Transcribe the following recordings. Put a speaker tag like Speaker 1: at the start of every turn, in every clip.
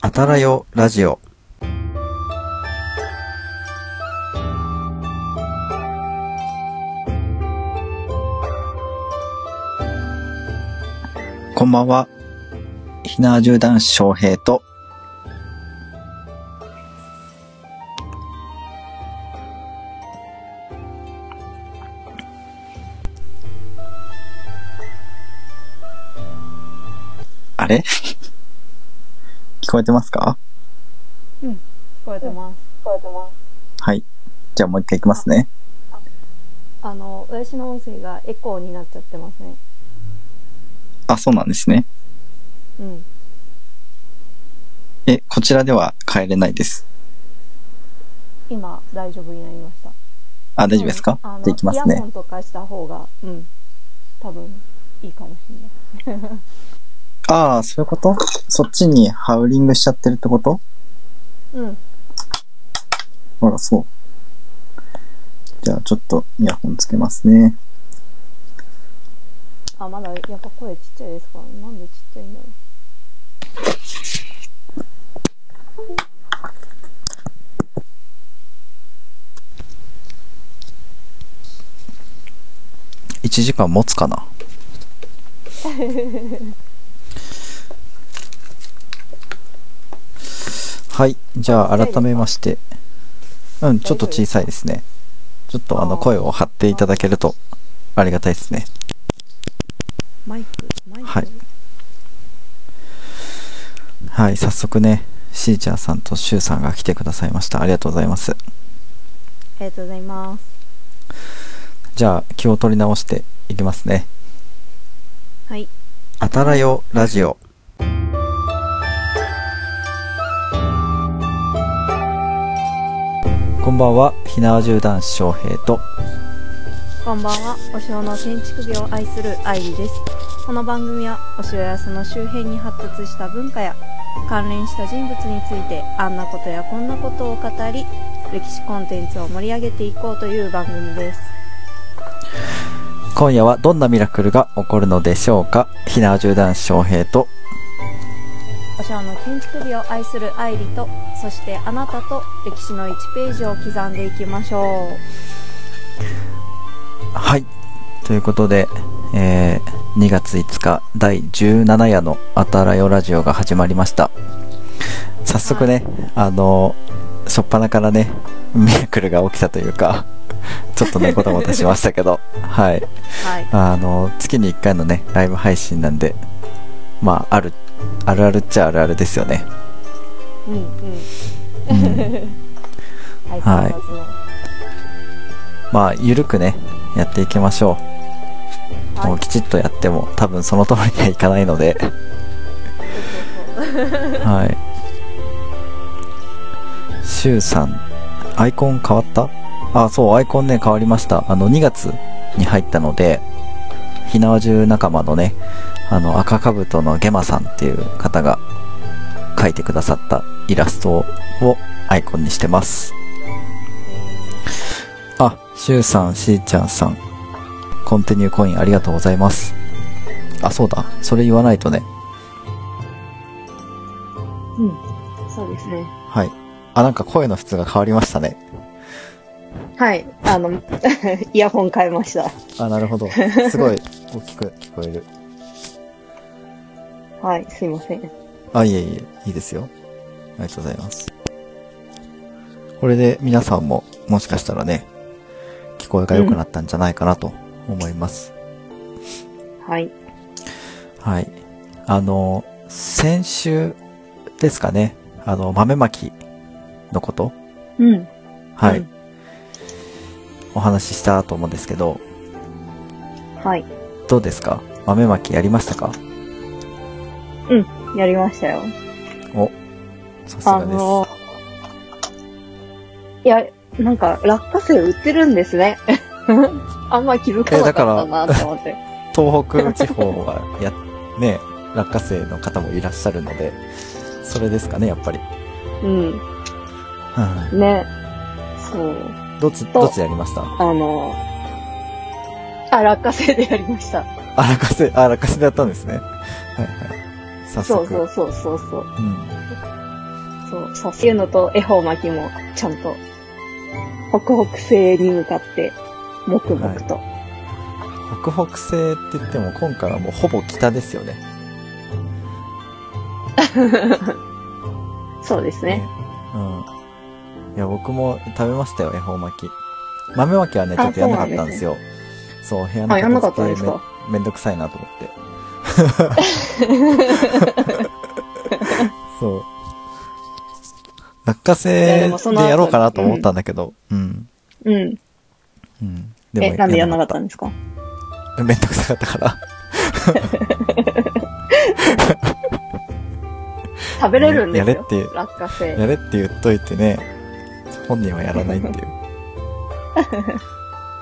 Speaker 1: あたらよラジオ。こんばんは。ひなわじゅう男子翔平と、あれ聞こえてますか
Speaker 2: 聞こえてます。
Speaker 1: はい。じゃあもう一回いきますね。
Speaker 2: あの、私の音声がエコーになっちゃってますね。
Speaker 1: あ、そうなんですね。
Speaker 2: うん。
Speaker 1: え、こちらでは帰れないです。
Speaker 2: 今、大丈夫になりました。
Speaker 1: あ、大丈夫ですか
Speaker 2: うんあの、
Speaker 1: できます
Speaker 2: イヤホ
Speaker 1: ね。
Speaker 2: ンとかした方が、うん。多分、いいかもしれない。
Speaker 1: ああ、そういうことそっちにハウリングしちゃってるってこと
Speaker 2: うん。
Speaker 1: あら、そう。じゃあ、ちょっとイヤホンつけますね。
Speaker 2: あ、まだ、やっぱ声ちっちゃいですかなんでちっちゃいんだろ
Speaker 1: 1時間持つかなはい。じゃあ、改めまして。うん、ちょっと小さいですね。ちょっとあの、
Speaker 2: あー
Speaker 1: 声を張っていただけるとありがたいですね。
Speaker 2: う。マイク、マイク。
Speaker 1: はいはい、早速ね、しーちゃんさんとしゅうさんが来てくださいました。ありがとうございます。
Speaker 2: ありがとうございます。
Speaker 1: じゃあ、気を取り直していきますね。
Speaker 2: はい。
Speaker 1: あたらよラジオ。こんばんは、ひなわじゅう男子翔平と。
Speaker 2: こんばんは、お城の建築業を愛する愛理です。この番組は、お城やその周辺に発達した文化や、関連した人物について、あんなことやこんなことを語り、歴史コンテンツを盛り上げていこうという番組です。
Speaker 1: 今夜はどんなミラクルが起こるのでしょうか。ひなわじゅう男子翔平と。
Speaker 2: お城の建築美を愛する愛理と、そしてあなたと歴史の1ページを刻んでいきましょ
Speaker 1: はい。ということで、えー2月5日第17夜のあたらよラジオが始まりました。早速ね、あのー、初っ端からね、ミラクルが起きたというか、 ちょっとね、ごたごたしましたけど、はい。
Speaker 2: う。はい。
Speaker 1: あの、月に1回のね、ライブ配信なんで、まあ、ある、あるあるっちゃあるあるですよね。
Speaker 2: うんうん。 はい、
Speaker 1: はい
Speaker 2: そうそう
Speaker 1: まあ、ゆるくね、やっていきましょう。
Speaker 2: はい
Speaker 1: もうきちっとやっても、多分その通りにはいかないので、
Speaker 2: そうそう
Speaker 1: はい。シュウさん、アイコン変わったあ、そう、アイコンね、変わりました。あの、2月に入ったので、ひなわじゅう仲間のね、あの、赤かぶとのゲマさんっていう方が描いてくださったイラストをアイコンにしてます。あ、シュウさん、しーちゃんさん、コンティニューコインありがとうございます。あ、そうだ。それ言わないとね。
Speaker 3: うん、そうですね。
Speaker 1: はい。あ、なんか声の質が変わりましたね。
Speaker 3: はい、あの、 イヤホン変えました。
Speaker 1: あ、なるほど。 すごい大きく聞こえる。
Speaker 3: はい、すいません。
Speaker 1: あ、いえいえ、いいですよ。ありがとうございます。これで皆さんももしかしたらね、聞こえが良くなったんじゃないかなと思います。
Speaker 3: はい。
Speaker 1: はい。あの、先週ですかね、あの、豆まきのこと
Speaker 3: うん。
Speaker 1: はい、
Speaker 3: うん
Speaker 1: お話ししたと思うんですけど、
Speaker 3: はい。
Speaker 1: どうですか豆まきやりましたか
Speaker 3: やりましたよ。
Speaker 1: お、さす
Speaker 3: あ
Speaker 1: がです。
Speaker 3: の、いや、なんか、落花生売ってるんですね。 あんま気づかなかったなって思って。
Speaker 1: 東北地方はや、ね、落花生の方もいらっしゃるので、それですかね、やっぱり。
Speaker 3: う
Speaker 1: うん
Speaker 3: ん。ね。そう。
Speaker 1: どっち、どっちやりました
Speaker 3: あの、あ、落花生でやりました。
Speaker 1: あ、落花生、あ、落花生だったんですね。はいはい。早
Speaker 3: そ
Speaker 1: 速。
Speaker 3: うそうそうそうそ
Speaker 1: う
Speaker 3: う。
Speaker 1: ん。
Speaker 3: そう、そう、そういうのと恵方巻きもちゃんと、北北西に向かって、黙々と。
Speaker 1: 北北西って言っても今回はもうほぼ北ですよね。
Speaker 3: そうですね。
Speaker 1: うん。いや、僕も食べましたよ、恵方巻き。豆巻きはね、ちょっとやんなかったんですよ。そう部屋
Speaker 3: あ、やん
Speaker 1: の
Speaker 3: なか
Speaker 1: 片
Speaker 3: ったん
Speaker 1: 付けめ
Speaker 3: ですか。
Speaker 1: めんどくさいなと思っ て。そう。落花
Speaker 3: いやで
Speaker 1: 生
Speaker 3: もその後
Speaker 1: でやろうかなと思ったんだけど、うん。
Speaker 3: うん。
Speaker 1: うん。
Speaker 3: え、なんでやんなかったたんですか
Speaker 1: めんどくさかったから。
Speaker 3: 食べれるんです
Speaker 1: やれっ
Speaker 3: よ。
Speaker 1: て、
Speaker 3: 落花生。
Speaker 1: やれって言っといてね、本人はやらないっていう。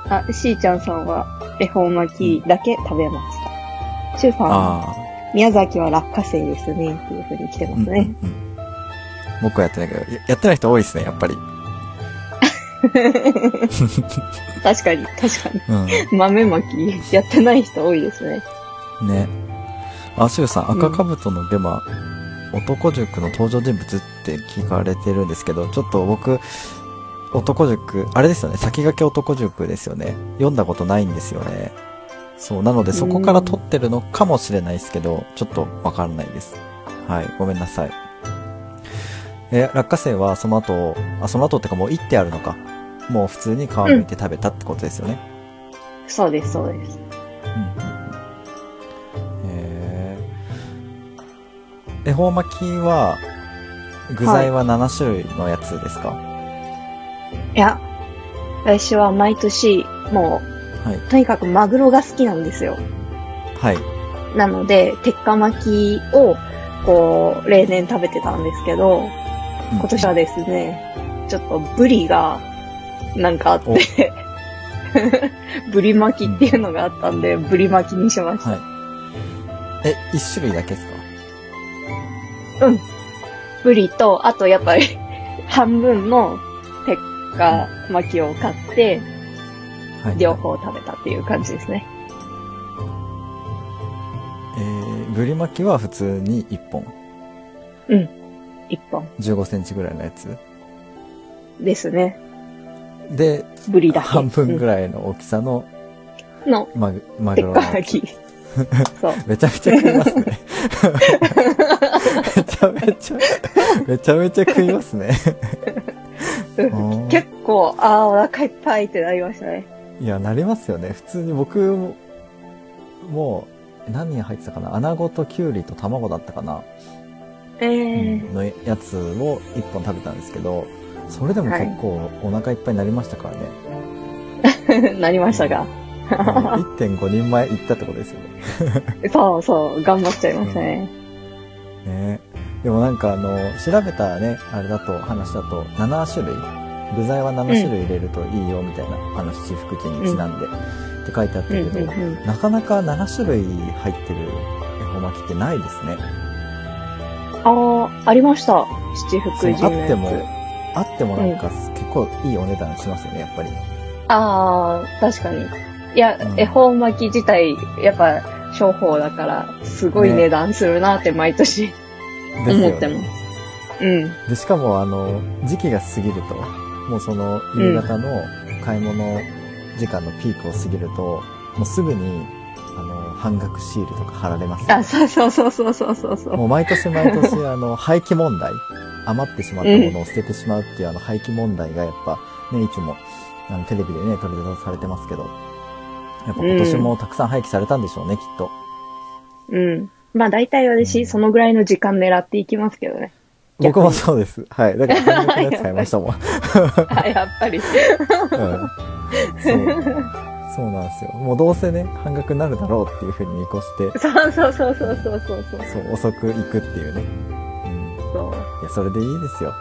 Speaker 3: あ、しーちゃんさんは恵方巻きだけ食べました。しゅうさんは、
Speaker 1: あ
Speaker 3: 宮崎は落花生ですね、っていうふうに来て
Speaker 1: あ、
Speaker 3: ま
Speaker 1: うん
Speaker 3: す
Speaker 1: うん
Speaker 3: ね。
Speaker 1: うん。僕はやってないけど、ややってない人多いですね、やっぱり。
Speaker 3: 確かに、確かに。
Speaker 1: う
Speaker 3: 豆巻き、やってない人多いですね。
Speaker 1: ん。ね。あ、しゅうさん、
Speaker 3: うん
Speaker 1: 赤かぶとのデマ、男塾の登場人物って聞かれてるんですけど、ちょっと僕、男塾、あれですよね、先駆け男塾ですよね。読んだことないんですよね。そう、なのでそこから撮ってるのかもしれないですけど、ちょっとわかんないです。はい、ごめんなさい。え、落花生はその後、あ、その後ってかもう行ってあるのか。もう普通に皮むいて食べたってことですよね。
Speaker 3: そうです、そうです。
Speaker 1: へえ。恵方巻きは、具材は7種類のやつですか、
Speaker 3: いや、私は毎年、も
Speaker 1: はい、
Speaker 3: う、とにかくマグロが好きなんですよ。
Speaker 1: はい。
Speaker 3: なので、鉄火巻きを、こう、例年食べてたんですけど、
Speaker 1: うん
Speaker 3: 今年はですね、ちょっとブリが、なんかあって、 ブリ巻きっていうのがあったんで、ブリ巻きにしました。
Speaker 1: はい。え、1種類だけですか
Speaker 3: ブリと、あとやっぱり、 半分の鉄火巻きを買って、
Speaker 1: はい。
Speaker 3: 両。方食べたっていう感じですね。
Speaker 1: えー、ぶり巻きは普通に1本。
Speaker 3: 一本
Speaker 1: 15センチぐらいのやつ。
Speaker 3: ですね。
Speaker 1: で、
Speaker 3: ブリだけ。
Speaker 1: 半分ぐ
Speaker 3: ら
Speaker 1: らいの大きさの
Speaker 3: い。の
Speaker 1: マグマグ
Speaker 3: 鉄
Speaker 1: ロの
Speaker 3: 火
Speaker 1: やつ。
Speaker 3: 巻き。そう。
Speaker 1: めちゃめちゃ食います ね。めちゃめちゃ、めちゃめちゃ食いますね。
Speaker 3: うん結構、ああ、お腹いっぱいってなりましたね。
Speaker 1: いや、なりますよね。普通に僕も、もう、何人入ってたかな穴子ときゅうりと卵だったかな、
Speaker 3: えー
Speaker 1: のやつを一本食べたんですけど、それでも結構お腹いっぱいになりましたから ね。
Speaker 3: なりましたが。
Speaker 1: うん1.5人前行ったってことですよね。
Speaker 3: そうそう、頑張っちゃいましたね。
Speaker 1: ねでもなんかあの、調べたね、あれだと、話だと、7種類具材は7種類入れるといいよみたいな話、七福神にちなんで、って書いてあった
Speaker 3: うん
Speaker 1: け
Speaker 3: うん
Speaker 1: ど、
Speaker 3: うん。
Speaker 1: なかなか7種類入ってる恵方巻きってないですね。
Speaker 3: ああ、ありました。七福神
Speaker 1: そう
Speaker 3: の
Speaker 1: あ
Speaker 3: や
Speaker 1: って
Speaker 3: つ。
Speaker 1: もあってもなんか結構いいお値段しますよね、やっぱり。
Speaker 3: ああ、確かに。いや、
Speaker 1: うん
Speaker 3: 恵方巻き自体、やっぱ、商法だから、すごい
Speaker 1: ね
Speaker 3: 値段するなって毎年
Speaker 1: です
Speaker 3: 思っ
Speaker 1: よ
Speaker 3: て
Speaker 1: ね。
Speaker 3: ます。うん。
Speaker 1: で、しかもあの、時期が過ぎると、もうその夕方の買い物時間のピークを過ぎると、もうすぐに、あの、半額シールとか貼られますよ
Speaker 3: あ、そうそうそうそうそうそうそう。
Speaker 1: もう毎年毎年、あ の、廃棄問題、余ってしまったものを捨ててしまうっていうあの廃棄問題がやっぱ、ね、いつも、あの、テレビでね、取り沙汰されてますけど、やっぱ今年もたくさん廃棄されたんでしょうね、きっと。
Speaker 3: うん。まあ大体私、そのぐらいの時間狙っていきますけどね。
Speaker 1: 僕もそうです。はい。だから、半額のやつ買いましたもん。うん。
Speaker 3: あ、やっぱり。
Speaker 1: そう。そうなんですよ。もうどうせね、半額になるだろうっていうふうに見越して、
Speaker 3: そうそうそうそうそうそうそう。
Speaker 1: そう、遅く行くっていうね。うん。
Speaker 3: そう
Speaker 1: いや、それでいいですよ。は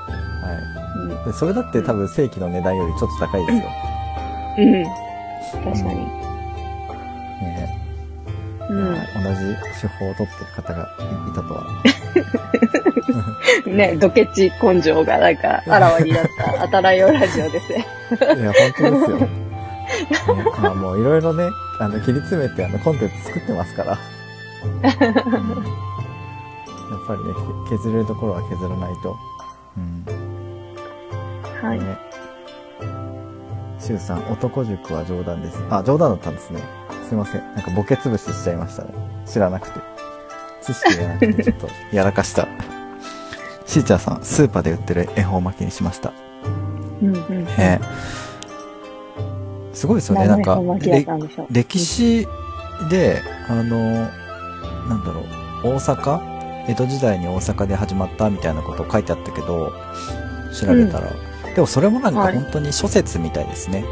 Speaker 3: うん
Speaker 1: い。でそれだって多分正規の値段よりちょっと高いですよ。
Speaker 3: うん。確かに。
Speaker 1: ねえ、
Speaker 3: う
Speaker 1: いや同じ手法を取ってる方がいたとは。
Speaker 3: ん。ね、ドケチ根性がなんか、あらわにな った、あたらよラジオですね。
Speaker 1: いや、本当です よ。ね、あもういろいろね、あの、切り詰めてあの、コンテンツ作ってます から。うんやっぱりね、け削れるところは削らないと、ううん。
Speaker 3: はい。
Speaker 1: ね。シュウさん、男塾は冗談です。あ、冗談だったんですね。すいません。なんかボケ潰ししちゃいましたね。知らなくて。知識がなくて、ちょっとやらかした。しーちゃんさん、スーパーで売ってる恵方巻きにしました。
Speaker 3: うんうん。
Speaker 1: ね。すごいですよね。なんか、
Speaker 3: 何で
Speaker 1: れ
Speaker 3: たんでしょう。
Speaker 1: 歴史で、あの、なんだろう、大阪江戸時代に大阪で始まったみたいなこと書いてあったけど、調べたら。でもそれもなんか
Speaker 3: はい
Speaker 1: 本当に諸説みたいですね。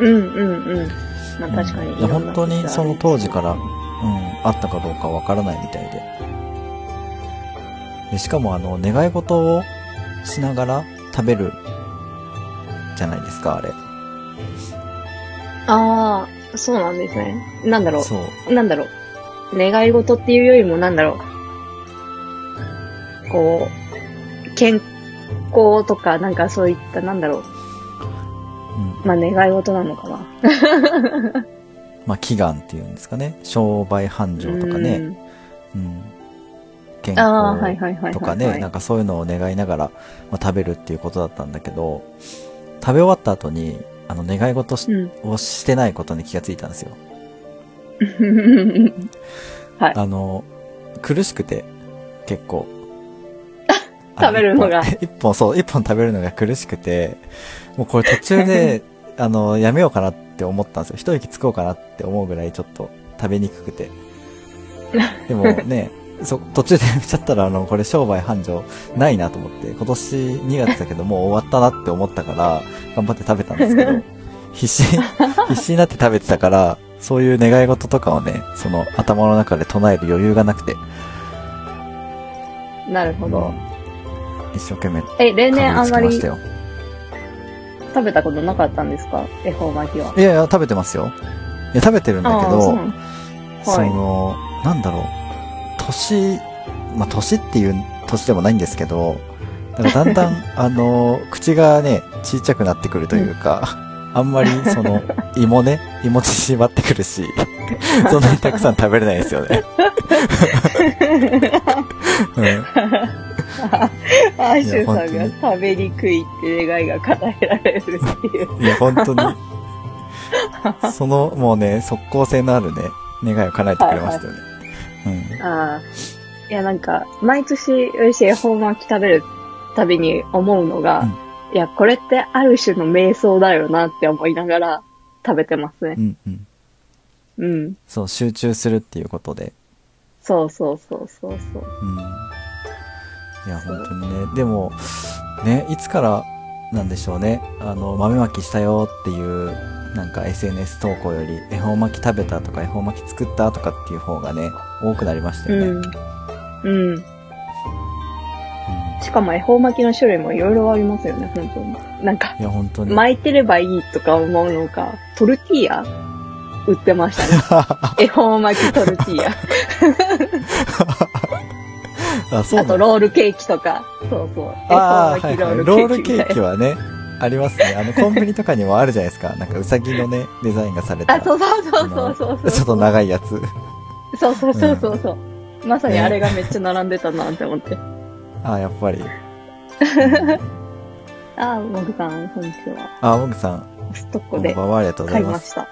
Speaker 3: うんうんうん。まあ確かに
Speaker 1: うん
Speaker 3: いろんな
Speaker 1: 本当にその当時からうん、あったかどうかわからないみたいで。でしかもあの、願い事をしながら食べるじゃないですか、あれ。
Speaker 3: ああ、そうなんですね。なんだろ
Speaker 1: そう。
Speaker 3: う。なんだろう。願い事っていうよりもなんだろう。こう、健康とか、なんかそういった、なんだろ
Speaker 1: う
Speaker 3: う。
Speaker 1: ん、
Speaker 3: まあ願い事なのかな。
Speaker 1: まあ、祈願っていうんですかね。商売繁盛とかね。うん。健
Speaker 3: うん。ああ、はい
Speaker 1: 康
Speaker 3: はいはいはいはい。
Speaker 1: とかね、なんかそういうのを願いながら、まあ、食べるっていうことだったんだけど、食べ終わった後に、あの、願い事し
Speaker 3: うん。
Speaker 1: をしてないことに気がついたんですよ。
Speaker 3: はい
Speaker 1: あの、苦しくて、結構。
Speaker 3: 食べるのが
Speaker 1: あ一本一本、そう、一本食べるのが苦しくて、もうこれ途中で、 あの、やめようかなって思ったんですよ。一息つこうかなって思うぐらいちょっと食べにくくて。でもね、 そ、途中でやめちゃったら、あの、これ商売繁盛ないなと思って、今年2月だけどもう終わったなって思ったから、頑張って食べたんですけど、 必死に、必死になって食べてたから、そういう願い事とかをね、その頭の中で唱える余裕がなくて、
Speaker 3: なるほど。
Speaker 1: 一生懸命か
Speaker 3: え、例
Speaker 1: ぶり
Speaker 3: 年あん
Speaker 1: つき
Speaker 3: ま
Speaker 1: ま
Speaker 3: り
Speaker 1: した
Speaker 3: 食
Speaker 1: よ。
Speaker 3: べたことなかったんですか恵方巻きは。
Speaker 1: いやいや、食べてますよ。いや、食べてるんだけ
Speaker 3: あー
Speaker 1: ど、
Speaker 3: そう
Speaker 1: そ
Speaker 3: なのはい
Speaker 1: の、なんだろう、年、まあ、年っていう年でもないんですけど、なんかだんだん、あの、口がね、ちっちゃくなってくるというか、あんまり、その、胃もね、胃も縮まってくるし、そんなにたくさん食べれないですよね。うん
Speaker 3: アーシュさ
Speaker 1: いや
Speaker 3: んが食べにくいって願いが叶えられるっていう。
Speaker 1: いや、本当に。その、もうね、即効性のあるね、願いを叶えてくれましたよね。
Speaker 3: ああ。いや、なんか、毎年、よし、恵方巻き食べるたびに思うのが、いや、これってある種の瞑想だよなって思いながら食べてますね
Speaker 1: う。ん。うんうん。
Speaker 3: うん。
Speaker 1: そう、集中するっていうことで。
Speaker 3: そうそうそうそうそう。
Speaker 1: うん。いや、本当にね。でも、ね、いつから、なんでしょうね。あの、豆まきしたよっていう、なんか SNS 投稿より、恵方巻き食べたとか、恵方巻き作ったとかっていう方がね、多くなりましたよね。うん。
Speaker 3: うん。うん。しかも恵方巻きの種類もいろいろありますよね、本当に。なんか、
Speaker 1: いや、本当に。
Speaker 3: 巻いてればいいとか思うのか、トルティーヤ売ってま したね。恵方巻きトルティーヤ。
Speaker 1: あ、そう
Speaker 3: あ
Speaker 1: な
Speaker 3: と
Speaker 1: んだ。
Speaker 3: ロールケーキとか。そうそう。恵
Speaker 1: ああ、
Speaker 3: 方
Speaker 1: は
Speaker 3: 巻
Speaker 1: い
Speaker 3: きロ
Speaker 1: はい。
Speaker 3: ールケ
Speaker 1: ロ
Speaker 3: ーキみたいな。
Speaker 1: ールケーキはね、ありますね。あの、コンビニとかにもあるじゃないです か。なんか、うさぎのね、デザインがされた。
Speaker 3: あ、そうそうそうそうそうそう。
Speaker 1: ちょっと長いやつ。
Speaker 3: そうそうそうそうそう。まさにあれがめっちゃ並んでたなって思って。
Speaker 1: ああ、やっぱり。
Speaker 3: ああ、モグさん、本日は
Speaker 1: ああ、もぐさん、
Speaker 3: コストコ
Speaker 1: こんば
Speaker 3: で
Speaker 1: んは。ありがとうござ
Speaker 3: 買
Speaker 1: い
Speaker 3: い
Speaker 1: ま。
Speaker 3: ますした。う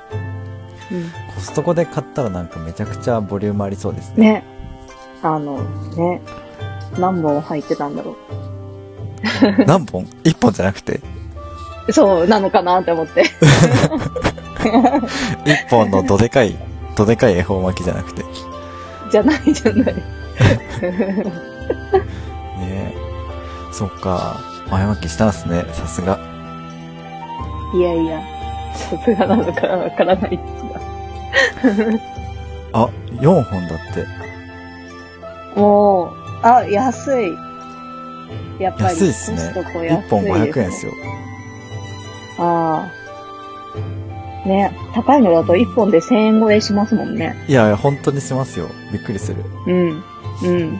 Speaker 1: コストコで買ったらなんかめちゃくちゃボリュームありそうです
Speaker 3: ん。
Speaker 1: ね。
Speaker 3: ね。あの、ね。何本入ってたんだろ
Speaker 1: 何本 ?1 本じゃなくて、
Speaker 3: う。そう、なのかなって思って。
Speaker 1: 1本のどでか い、どでかい恵方巻きじゃなくて。ね
Speaker 3: じゃないじゃない。
Speaker 1: え。そっか。前巻きしたんすね。さすが。
Speaker 3: いやいや、さすがなのかわからないです
Speaker 1: あ、4本だって。
Speaker 3: が。もう、あ、安い。やっぱり、
Speaker 1: 安いっすね
Speaker 3: コストコ安い
Speaker 1: 1本500円です
Speaker 3: よ。
Speaker 1: よ。
Speaker 3: ああ。ね、高いのだと1本で1000円超えしますもんね。
Speaker 1: いやいや、本当にしますよ。びっくりする。
Speaker 3: うん。うん。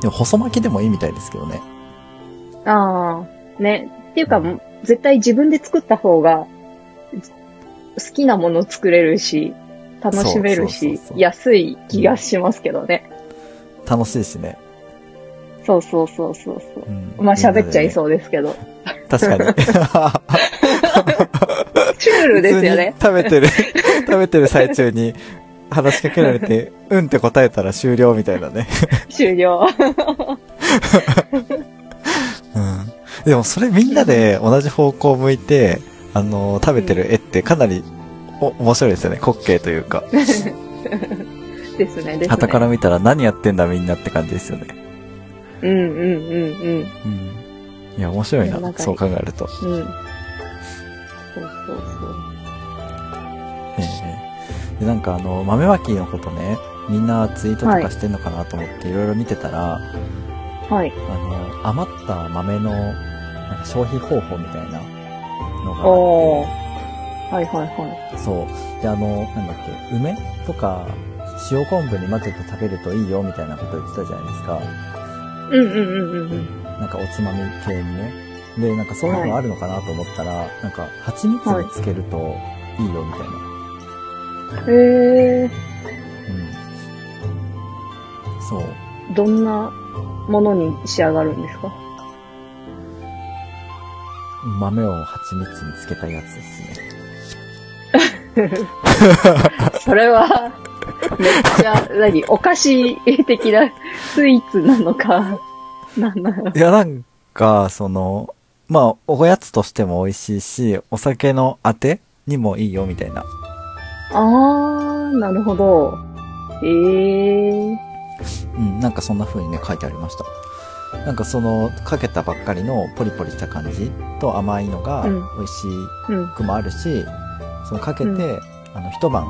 Speaker 1: でも細巻きでもいいみたいですけどね。
Speaker 3: ああ。ね。っていうか、絶対自分で作った方が、好きなもの作れるし、楽しめ
Speaker 1: そ
Speaker 3: る
Speaker 1: うそう
Speaker 3: し
Speaker 1: そうそ、う
Speaker 3: 安い気がしますけどね。
Speaker 1: 楽しいしね。
Speaker 3: そうそうそうそうそうう。
Speaker 1: ん
Speaker 3: まあ喋っちゃ
Speaker 1: みんなで
Speaker 3: い
Speaker 1: ね
Speaker 3: そうですけど。
Speaker 1: 確かに。
Speaker 3: チュールですよね。
Speaker 1: 普通に食べ てる、食べてる最中に話しかけられて、うんって答えたら終了みたいなね。
Speaker 3: 終了。
Speaker 1: うん。でもそれみんなで同じ方向を向いて、あのー食べてる絵ってかなりお面白いですよね。滑稽というか。
Speaker 3: ですね、ですね。
Speaker 1: 傍から見たら何やってんだみんなって感じですよね。
Speaker 3: うんうんうんうん。
Speaker 1: うん。いや、面白い
Speaker 3: いやなん
Speaker 1: な。
Speaker 3: か
Speaker 1: そう考えると。
Speaker 3: うん。そうそうそう。
Speaker 1: ええでなんかあの豆まきのことねみんなツイートとかしてんのかなと思っていろいろ見てたら、
Speaker 3: はい。
Speaker 1: あの余った豆のなんか消費方法みたいなのが
Speaker 3: お
Speaker 1: あ
Speaker 3: ー
Speaker 1: っ
Speaker 3: はいはいはい。
Speaker 1: てそうであのなんだっけ梅とか塩昆布に混ぜて食べるといいよみたいなこと言ってたじゃないですか
Speaker 3: うんうんうんうん
Speaker 1: なんかおつまみ系にねでなんかそういうのあるのかなと思ったら、なんか蜂蜜につけるといいよみたいな、
Speaker 3: うん。へえ
Speaker 1: うんそう
Speaker 3: ー、どんなものに仕上がるんですか
Speaker 1: 豆を蜂蜜につけたやつですね。
Speaker 3: それは、めっちゃ、何、お菓子的なスイーツなのか、なんなの。
Speaker 1: いや、なんか、その、まあ、おやつとしても美味しいし、お酒のあてにもいいよ、みたいな。
Speaker 3: あー、なるほど。えー、
Speaker 1: うん、なんかそんな風にね、書いてありました。なんかその、かけたばっかりのポリポリした感じと甘いのが
Speaker 3: う
Speaker 1: 美
Speaker 3: ん
Speaker 1: 味し
Speaker 3: うん。
Speaker 1: くもあるし、そのかけて、
Speaker 3: う
Speaker 1: あの、一晩、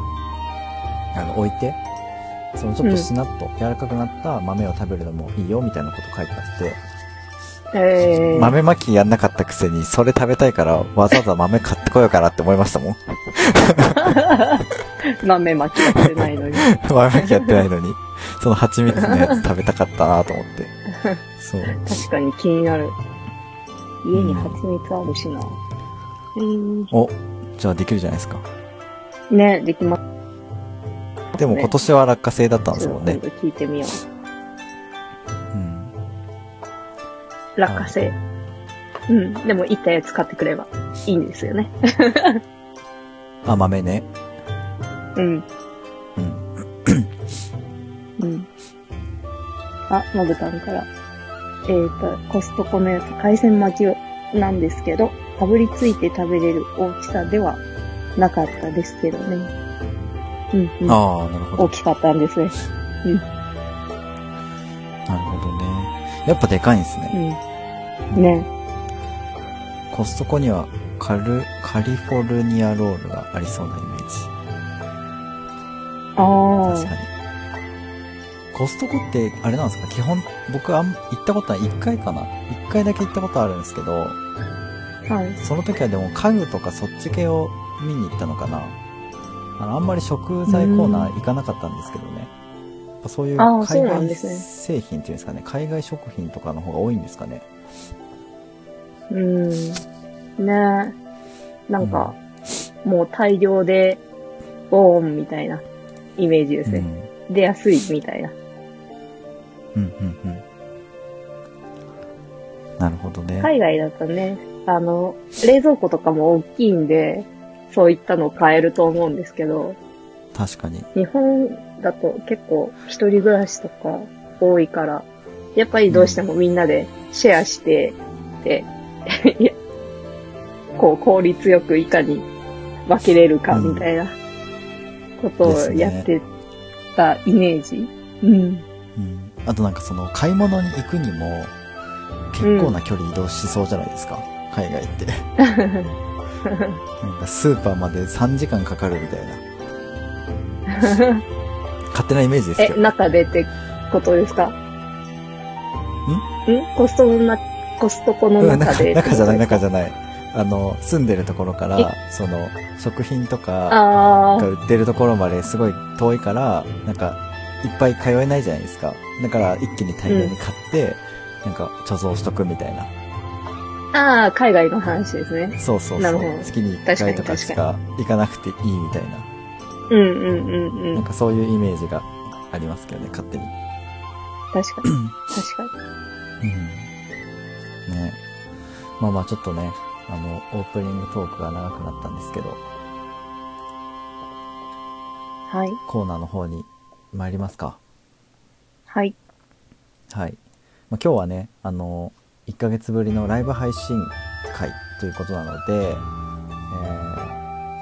Speaker 1: あの、置いて、そのちょっとしなっと柔らかくなった豆を食べるのもいいよ、みたいなこと書いてあって、
Speaker 3: えー、
Speaker 1: 豆まきやんなかったくせに、それ食べたいから、わざわざ豆買ってこようかなって思いましたもん。
Speaker 3: 豆まきやってないのに。
Speaker 1: 豆まきやってないのに。その蜂蜜のやつ食べたかったなと思って。そう。
Speaker 3: 確かに気になる。家に蜂蜜あるしな。えー、
Speaker 1: お、じゃあできるじゃないですか。
Speaker 3: ね、できます。
Speaker 1: でも今年は落花生だったんですもん
Speaker 3: ち
Speaker 1: ね
Speaker 3: ょ。っと今度聞いてみよう。
Speaker 1: うん。
Speaker 3: 落花生。うん。でも、いったやつ買ってくればいいんですよね。
Speaker 1: あ、豆ね。
Speaker 3: うん。
Speaker 1: うん。
Speaker 3: うん。あ、のぶたんから。えっ、と、コストコのやつ、海鮮巻きを、なんですけど、かぶりついて食べれる大きさではなかったですけどね。うん、うん。
Speaker 1: ああ、なるほ
Speaker 3: 大
Speaker 1: ど。
Speaker 3: きかったんですね。
Speaker 1: なるほどね。やっぱでかいんですね。
Speaker 3: うん。ね。
Speaker 1: コストコにはカル、カリフォルニアロールがありそうなイメージ。
Speaker 3: あ
Speaker 1: 確かに。コストコって、あれなんですか基本、僕あん、行ったことは1回かな ?1 回だけ行ったことあるんですけど、
Speaker 3: あ。はい。
Speaker 1: その時はでも家具とかそっち系を見に行ったのかなあの、あんまり食材コーナー行かなかったんですけどね。やっぱそういう
Speaker 3: あー
Speaker 1: 海
Speaker 3: そうなん
Speaker 1: 外
Speaker 3: ですね
Speaker 1: 製品っていうんですかね。海外食品とかの方が多いんですかね。
Speaker 3: うん。ねえ。なんか、もう大量で、ボーンみたいなイメージで
Speaker 1: う
Speaker 3: す
Speaker 1: ん。う
Speaker 3: ね。
Speaker 1: ん
Speaker 3: 出やすいみたいな。
Speaker 1: うんうん。なるほどね。
Speaker 3: 海外だとね、あの、冷蔵庫とかも大きいんで、そういったのを買えると思うんですけど、
Speaker 1: 確かに。
Speaker 3: 日本だと結構一人暮らしとか多いから、やっぱりどうしてもみんなでシェアして、で、 いやこう効率よくいかに分けれるかみたいなこと
Speaker 1: で
Speaker 3: を
Speaker 1: すね
Speaker 3: やってたイメージ。うん。
Speaker 1: うん。あとなんかその、買い物に行くにも、結構な距離移動しそうじゃないですか。海外 って。なんかスーパーまで3時間かかるみたいな。勝手なイメージです
Speaker 3: え
Speaker 1: け、ど。
Speaker 3: 中でってことですかんコストコのな、コストコの
Speaker 1: うん
Speaker 3: 中
Speaker 1: 中
Speaker 3: で。
Speaker 1: 中じゃない、中
Speaker 3: ゃ
Speaker 1: じゃない。あの、住んでるところから、その、食品とか、
Speaker 3: あ
Speaker 1: が
Speaker 3: ー
Speaker 1: 売ってるところまですごい遠いから、なんか、いっぱい通えないじゃないですか。だから、一気に大量に買って、なんか、貯蔵しとくみたいな。
Speaker 3: あー、海外の話ですね。
Speaker 1: そうそう
Speaker 3: な
Speaker 1: そ
Speaker 3: る
Speaker 1: う
Speaker 3: ほど。
Speaker 1: 月に1回とかし
Speaker 3: 確
Speaker 1: か行かなくていいみたいな。
Speaker 3: うんうんうんう
Speaker 1: なん
Speaker 3: ん。
Speaker 1: かそういうイメージがありますけどね、勝手に。
Speaker 3: 確かに。確か
Speaker 1: うん。ね。まあまあちょっとね、あの、オープニングトークが長くなったんですけど、
Speaker 3: はい。
Speaker 1: コーナーの方に参りますか。
Speaker 3: はい。
Speaker 1: はい。まあ、今日はね、あの、1ヶ月ぶりのライブ配信会ということなので、えー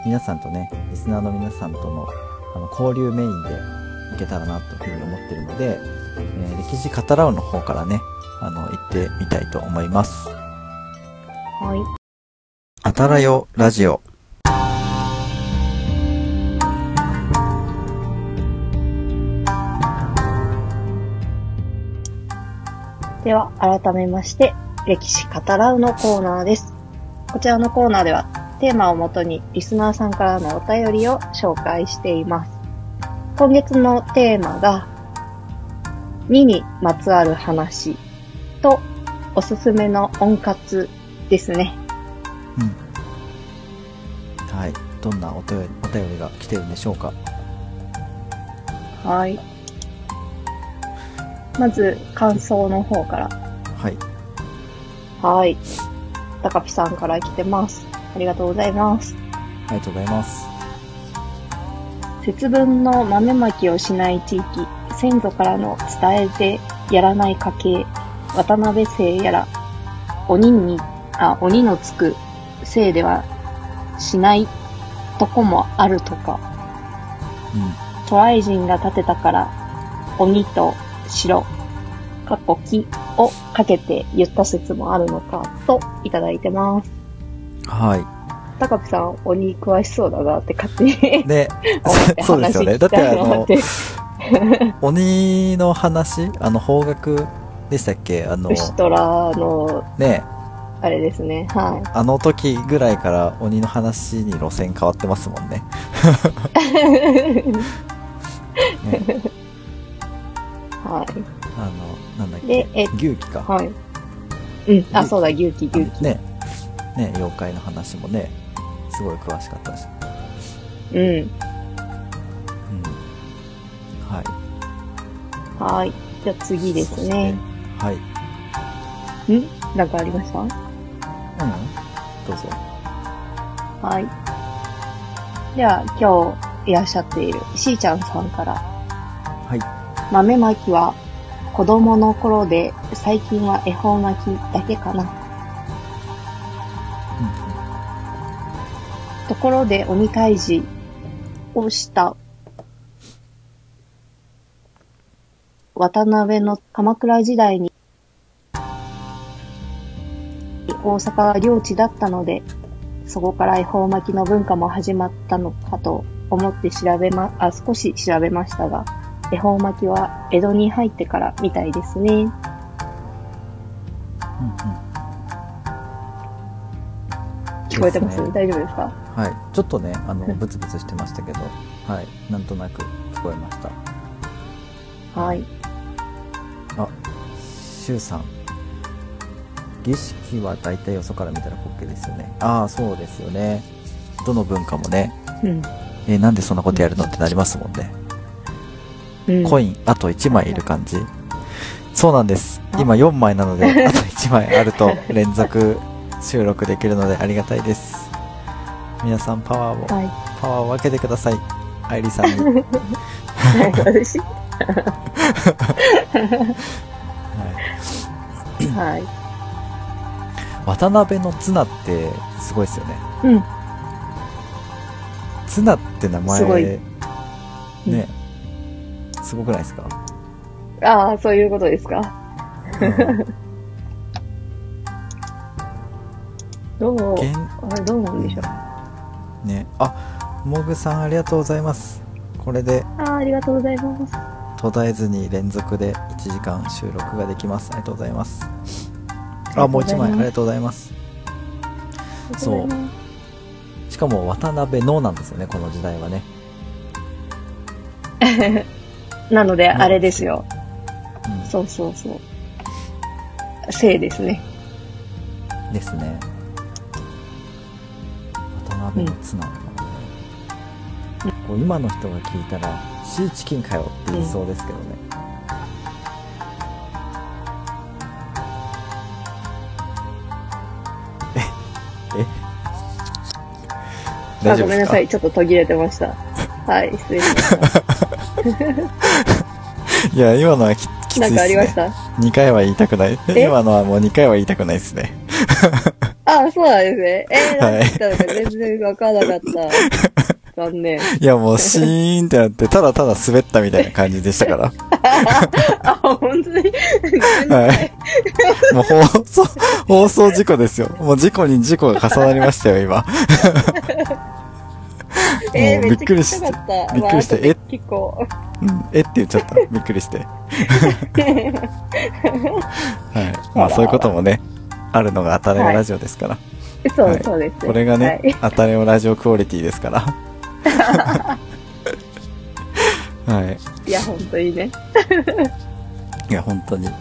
Speaker 1: 皆さんとね、リスナーの皆さんとのあの交流メインでいけたらなというふうに思ってるので、えー歴史語らうの方からね、あの、行ってみたいと思います。
Speaker 3: はい。
Speaker 1: あたらよラジオ。
Speaker 3: では、改めまして、歴史語らうのコーナーです。こちらのコーナーでは、テーマをもとにリスナーさんからのお便りを紹介しています。今月のテーマが、2にまつわる話と、おすすめの温活ですね。
Speaker 1: はい。どんなお便り、お便りが来てるんでしょうか。
Speaker 3: はい。まず、感想の方から。
Speaker 1: はい。
Speaker 3: はい。高ピさんから来てます。ありがとうございます。
Speaker 1: ありがとうございます。
Speaker 3: 節分の豆まきをしない地域、先祖からの伝えてやらない家系、渡辺姓やら、鬼に、あ、鬼のつく姓ではしないとこもあるとか、
Speaker 1: う
Speaker 3: 渡来人が建てたから、鬼と城、かっこ木をかけて言った説もあるのか、といただいてます。
Speaker 1: ん。はい。
Speaker 3: 高木さん、鬼詳しそうだなって勝 手に
Speaker 1: で、
Speaker 3: 思って話聞きたいなって。
Speaker 1: そうですよね。だってあの、鬼の話あの、方角でしたっけあの
Speaker 3: ウ、シトラの、
Speaker 1: ね、
Speaker 3: あれですね。は
Speaker 1: あの時ぐらいから鬼の話に路線変わってますもんね。
Speaker 3: い。
Speaker 1: ね
Speaker 3: は
Speaker 1: あの、なんだっけ
Speaker 3: でえ
Speaker 1: 牛鬼か。
Speaker 3: い。はい。うん。あ、そうだ、牛気、牛気。
Speaker 1: ね、ね、妖怪の話もね、すごい詳しかったし。
Speaker 3: うん。
Speaker 1: うん。はい。
Speaker 3: はい。じゃあ次ですね。
Speaker 1: そして。はい。
Speaker 3: んなんかありました
Speaker 1: うん。どうぞ。
Speaker 3: はい。では、今日いらっしゃっているしーちゃんさんから、
Speaker 1: はい。
Speaker 3: 豆まきは子供の頃で、最近は恵方巻きだけかな。
Speaker 1: う
Speaker 3: ところで鬼退治をした渡辺の鎌倉時代に大阪が領地だったのでそこから恵方巻きの文化も始まったのかと思って調べま、あ、少し調べましたが、恵方巻きは江戸に入ってからみたいですね。
Speaker 1: んうん。うん
Speaker 3: 聞こえてます
Speaker 1: ですね
Speaker 3: 大丈夫ですか
Speaker 1: うん。はい。ちょっとね、あ の、ブツブツしてましたけど、はい。なんとなく聞こえました。
Speaker 3: はい。
Speaker 1: シュウさん。儀式は大体よそから見たら滑稽ですよね。ああ、そうですよね。どの文化もね、
Speaker 3: うん。
Speaker 1: えーなんでそんなことやるのってなりますもんね。
Speaker 3: うん、
Speaker 1: コイン、あと1枚いる感じ。そうなんです。
Speaker 3: あ
Speaker 1: 今4枚なので、あと1枚あると連続収録できるのでありがたいです。皆さんパワーを、
Speaker 3: はい。
Speaker 1: パワーを分けてください。アイリさんに。はい
Speaker 3: 私はい。
Speaker 1: 渡辺のツナってすごいですよね。
Speaker 3: うん。
Speaker 1: ツナって名前
Speaker 3: すごい
Speaker 1: ね、すごくないですか、
Speaker 3: ああ、そういうことですか。どう、
Speaker 1: 現
Speaker 3: あれどうなんでしょう。
Speaker 1: ねあモグさんありがとうございますこれで
Speaker 3: ああ、ありがとうございます。
Speaker 1: 途絶えずに連続で1時間収録ができますありがとうございます
Speaker 3: あ
Speaker 1: あ
Speaker 3: り
Speaker 1: もう
Speaker 3: がと
Speaker 1: 1
Speaker 3: うございま
Speaker 1: 枚
Speaker 3: す
Speaker 1: ありがとうございますそうしかも渡辺のなんですよねこの時代はね
Speaker 3: なので、
Speaker 1: うん
Speaker 3: あれですよ。
Speaker 1: うん
Speaker 3: そうそうそう。性ですね。
Speaker 1: ですね渡辺のツナとかもね、こう今の人が聞いたら「シーチキンかよ」って言いそうですけどね、大丈夫です
Speaker 3: あごめん
Speaker 1: か
Speaker 3: なさい。ちょっと途切れて ました。はい、失礼しました。
Speaker 1: いや、今のはききついで
Speaker 3: な
Speaker 1: す
Speaker 3: んかありまし
Speaker 1: ね。
Speaker 3: た
Speaker 1: 2回は言いたくない。
Speaker 3: え
Speaker 1: 今のはもう2回は言いたくないですね。
Speaker 3: あ、そうなんですね。えー、
Speaker 1: はい
Speaker 3: 何言ったのか全然わからな かった。残念。
Speaker 1: いや、もうシーンってなって、ただただ滑ったみたいな感じでしたから。
Speaker 3: あ、本当に。
Speaker 1: はい。もう放送、放送事故ですよ。もう事故に事故が重なりましたよ、今。
Speaker 3: えー、
Speaker 1: も
Speaker 3: め
Speaker 1: うび
Speaker 3: っ
Speaker 1: っ
Speaker 3: ちゃ
Speaker 1: く
Speaker 3: 聞
Speaker 1: り
Speaker 3: き
Speaker 1: した
Speaker 3: かった。
Speaker 1: びっくりして
Speaker 3: まあ後で聞こ
Speaker 1: うん、えって言っちゃった。びっくりして。はい。まあそういうこともね、あるのが当たりオラジオですから。
Speaker 3: う。そ
Speaker 1: は
Speaker 3: う、
Speaker 1: い
Speaker 3: そうです。
Speaker 1: これがね、
Speaker 3: はい
Speaker 1: 当たりオラジオクオリティですから。はい。
Speaker 3: いや、本当にね。
Speaker 1: いや、本当に。ね、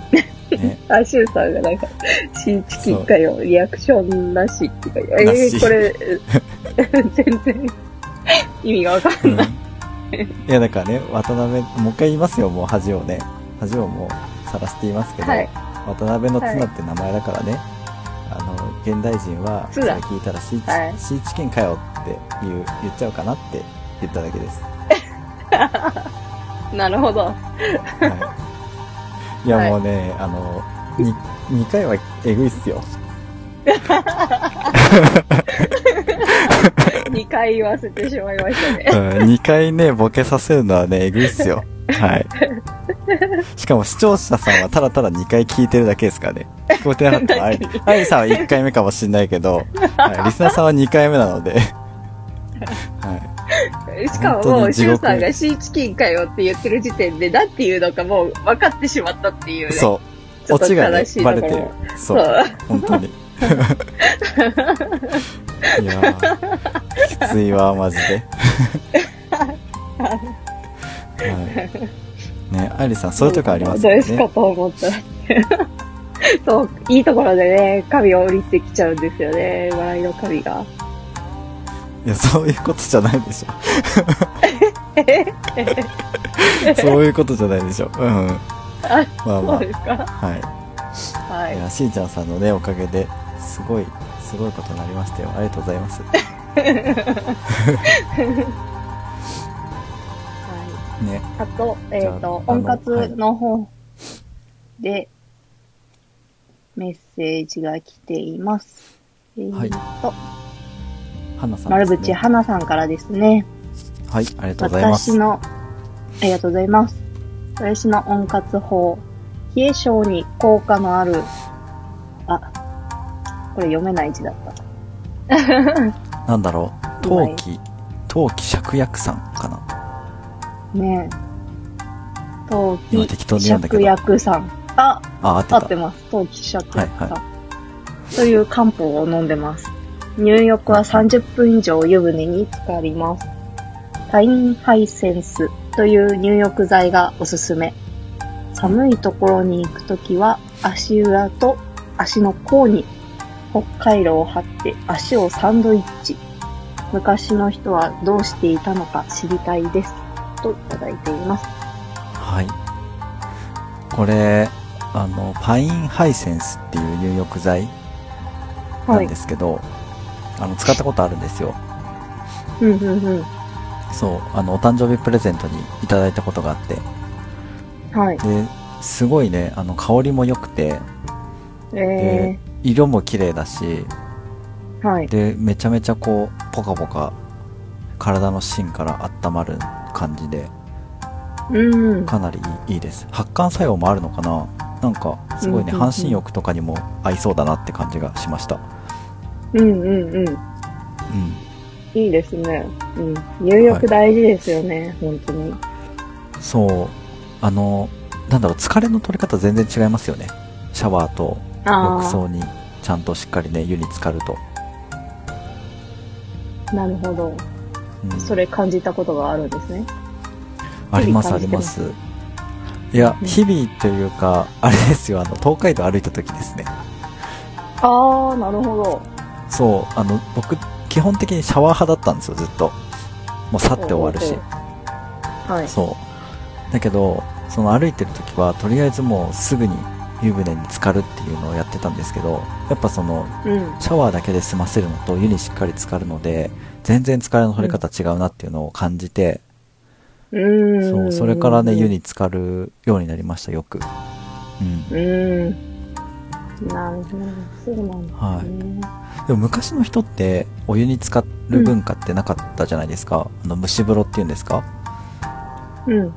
Speaker 3: あ、シュウさんがなんか、新チキかよ、リアクションなしってか、え
Speaker 1: なし
Speaker 3: ー、これ、 全然、意味がわかんない。
Speaker 1: うんいや、だからね、渡辺、もう一回言いますよ、もう恥をね。恥をもう、さらしていますけど、
Speaker 3: はい。
Speaker 1: 渡辺の綱って名前だからね、あの、現代人は、そ
Speaker 3: 綱
Speaker 1: れ聞いたらシーチ、
Speaker 3: はい
Speaker 1: シーチキンかよって言う、言っちゃうかなって言っただけ です。
Speaker 3: なるほど。
Speaker 1: はい、いや、
Speaker 3: はい
Speaker 1: もうね、あの、に2回はえぐいっす よ。
Speaker 3: 2回言わせてしまいました
Speaker 1: うん、
Speaker 3: ね。
Speaker 1: 2回ね、ボケさせるのはね、えぐいっすよ。 はい。しかも視聴者さんはただただ2回聞いてるだけですからね。聞こえてなか ったら、ありありさんは1回目かもしんないけど、はい、リスナーさんは2回目なの で、は
Speaker 3: しかも
Speaker 1: 本
Speaker 3: も
Speaker 1: 当に
Speaker 3: う、
Speaker 1: 地
Speaker 3: シ
Speaker 1: 獄
Speaker 3: ュウさんがシーチキンかよって言ってる時点で、なんていうのかもう分かってしまったっていう、
Speaker 1: い。
Speaker 3: ね。
Speaker 1: そう。
Speaker 3: ちょ
Speaker 1: オ
Speaker 3: っと
Speaker 1: チがね
Speaker 3: 悲しい、とこ
Speaker 1: バ
Speaker 3: ろ
Speaker 1: レてる。
Speaker 3: そ。
Speaker 1: そうう。本当 に。いやー、きついわ、マジ で。はい、ね、アイリさん、そういうとこあります
Speaker 3: ど
Speaker 1: よ
Speaker 3: う
Speaker 1: ね。
Speaker 3: ですかと思ったら。 そう、いいところでね、神を降りてきちゃうんですよね。笑いの神が。
Speaker 1: いや、そういうことじゃないでし ょ。そういうことじゃないでしょ。うん、うん。ま
Speaker 3: あ、
Speaker 1: あま
Speaker 3: そう
Speaker 1: あ、
Speaker 3: ですか。
Speaker 1: はい。
Speaker 3: はいい。
Speaker 1: や、しんちゃんさんのね、おかげで、すごい、すごいことになりましたよ。ありがとうございます。
Speaker 3: はい
Speaker 1: ね。
Speaker 3: あと、えっ、
Speaker 1: じゃあ
Speaker 3: と、
Speaker 1: あの
Speaker 3: 温活の方で、メッセージが来ています。えっ、
Speaker 1: はい
Speaker 3: と、
Speaker 1: はなさんで
Speaker 3: 丸
Speaker 1: す、ね。
Speaker 3: 淵花さんからですね。
Speaker 1: はい、ありがとうございます
Speaker 3: 私。の、ありがとうございます。私の温活法。冷え性に効果のある、あ、これ読めない字だった。
Speaker 1: なんだろう、
Speaker 3: うま
Speaker 1: 陶
Speaker 3: い
Speaker 1: 器、陶器芍薬さんかな。
Speaker 3: ねえ。陶
Speaker 1: 今
Speaker 3: 器、
Speaker 1: 適当に読んだけ
Speaker 3: 芍
Speaker 1: ど。
Speaker 3: 薬さん。あ、
Speaker 1: あ、合って
Speaker 3: 合
Speaker 1: た。
Speaker 3: ってます。陶器芍薬さん。
Speaker 1: はい
Speaker 3: という漢方を飲んでます。入浴は30分以上湯船に浸かります。タインハイセンスという入浴剤がおすすめ。寒いところに行くときは足裏と足の甲に北海道を張って足をサンドイッチ。昔の人はどうしていたのか知りたいです。といただいています。
Speaker 1: はい。これ、あの、パインハイセンスっていう入浴剤な
Speaker 3: は
Speaker 1: ん
Speaker 3: い
Speaker 1: で。すけど、あの、使ったことあるんですよ。
Speaker 3: うんうんうん。
Speaker 1: そう、あの、お誕生日プレゼントにいただいたことがあって。
Speaker 3: はい。
Speaker 1: で、すごいね、あの、香りも良くて、
Speaker 3: え
Speaker 1: 色も綺麗だし、
Speaker 3: ー、はい。
Speaker 1: で、めちゃめちゃこう、ポカポカ、体の芯から温まる感じで、
Speaker 3: うん。
Speaker 1: かなりいいいいです発汗作用もあるのかななんかすごいね、
Speaker 3: うんうんうん
Speaker 1: 半身浴とかにも合いそうだなって感じがしました
Speaker 3: うんうんうん。
Speaker 1: うん
Speaker 3: いいですね。うん。入浴大事ですよね、本当に。
Speaker 1: そうあのなんだろう疲れの取り方全然違いますよねシャワーと
Speaker 3: あ
Speaker 1: 浴
Speaker 3: あ
Speaker 1: 槽にちゃんとしっかりね湯に浸かると、
Speaker 3: ー、なるほど。
Speaker 1: うん、
Speaker 3: それ感じたことがあるんですね。
Speaker 1: ありますあ
Speaker 3: 感
Speaker 1: り
Speaker 3: じて
Speaker 1: ま
Speaker 3: ます
Speaker 1: すいや、
Speaker 3: うん
Speaker 1: 日々というかあれですよあの東海道歩いた時ですね
Speaker 3: ああ、なるほど。
Speaker 1: そうあの僕基本的にシャワー派だったんですよずっともう去って終わるし
Speaker 3: はい。
Speaker 1: そうだけどその歩いてる時はとりあえずもうすぐに湯船に浸かるっていうのをやってたんですけど、やっぱその、
Speaker 3: うん。
Speaker 1: シャワーだけで済ませるのと湯にしっかり浸かるので、全然疲れの取り方違うなっていうのを感じて、
Speaker 3: うん。
Speaker 1: そう、それからね、湯に浸かるようになりました、よく。うん。
Speaker 3: うん。なるほど。そうなんですね。
Speaker 1: でも昔の人って、お湯に浸かる文化ってなかったじゃないですか。あの、蒸し風呂っていうんですか
Speaker 3: うん。
Speaker 1: うん。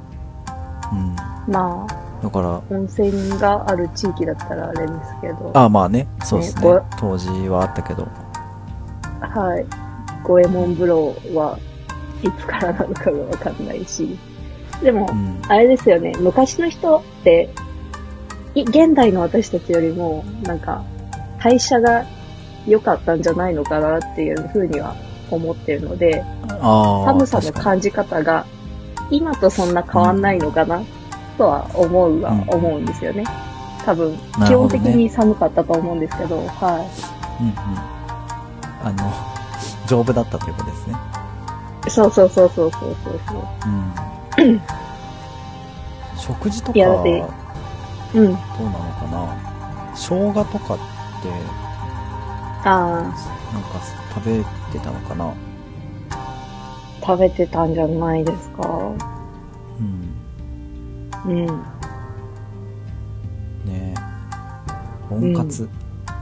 Speaker 3: まあ、
Speaker 1: だから、
Speaker 3: 温泉がある地域だったらあれですけど。
Speaker 1: あまあね、そうですね
Speaker 3: ねこれ。
Speaker 1: 当時はあったけど。
Speaker 3: はい。五右衛門風呂はいつからなのかがわかんないし。でも
Speaker 1: う、ん。
Speaker 3: あれですよね、昔の人って、い現代の私たちよりも、なんか、代謝が良かったんじゃないのかなっていうふうには思ってるので、
Speaker 1: ああ。
Speaker 3: 寒さの
Speaker 1: 確かに
Speaker 3: 感じ方が、今とそんな変わんないのかな、とは思うは
Speaker 1: うん
Speaker 3: 思うんですよね。多分、
Speaker 1: な
Speaker 3: 基
Speaker 1: るほ
Speaker 3: 本
Speaker 1: どね
Speaker 3: 的に寒かったと思うんですけど、はい。
Speaker 1: うんうん。あの、 丈夫だったということですね。
Speaker 3: そうそうそうそうそうそうそう。
Speaker 1: うん。食事とか、
Speaker 3: いや
Speaker 1: ど
Speaker 3: だっ
Speaker 1: う
Speaker 3: て
Speaker 1: なの
Speaker 3: うん。
Speaker 1: かな生姜とかって、
Speaker 3: あ
Speaker 1: なんか食べてたのかな
Speaker 3: あ、食べてたんじゃないですか。
Speaker 1: うん。
Speaker 3: うん。
Speaker 1: ねえ温活、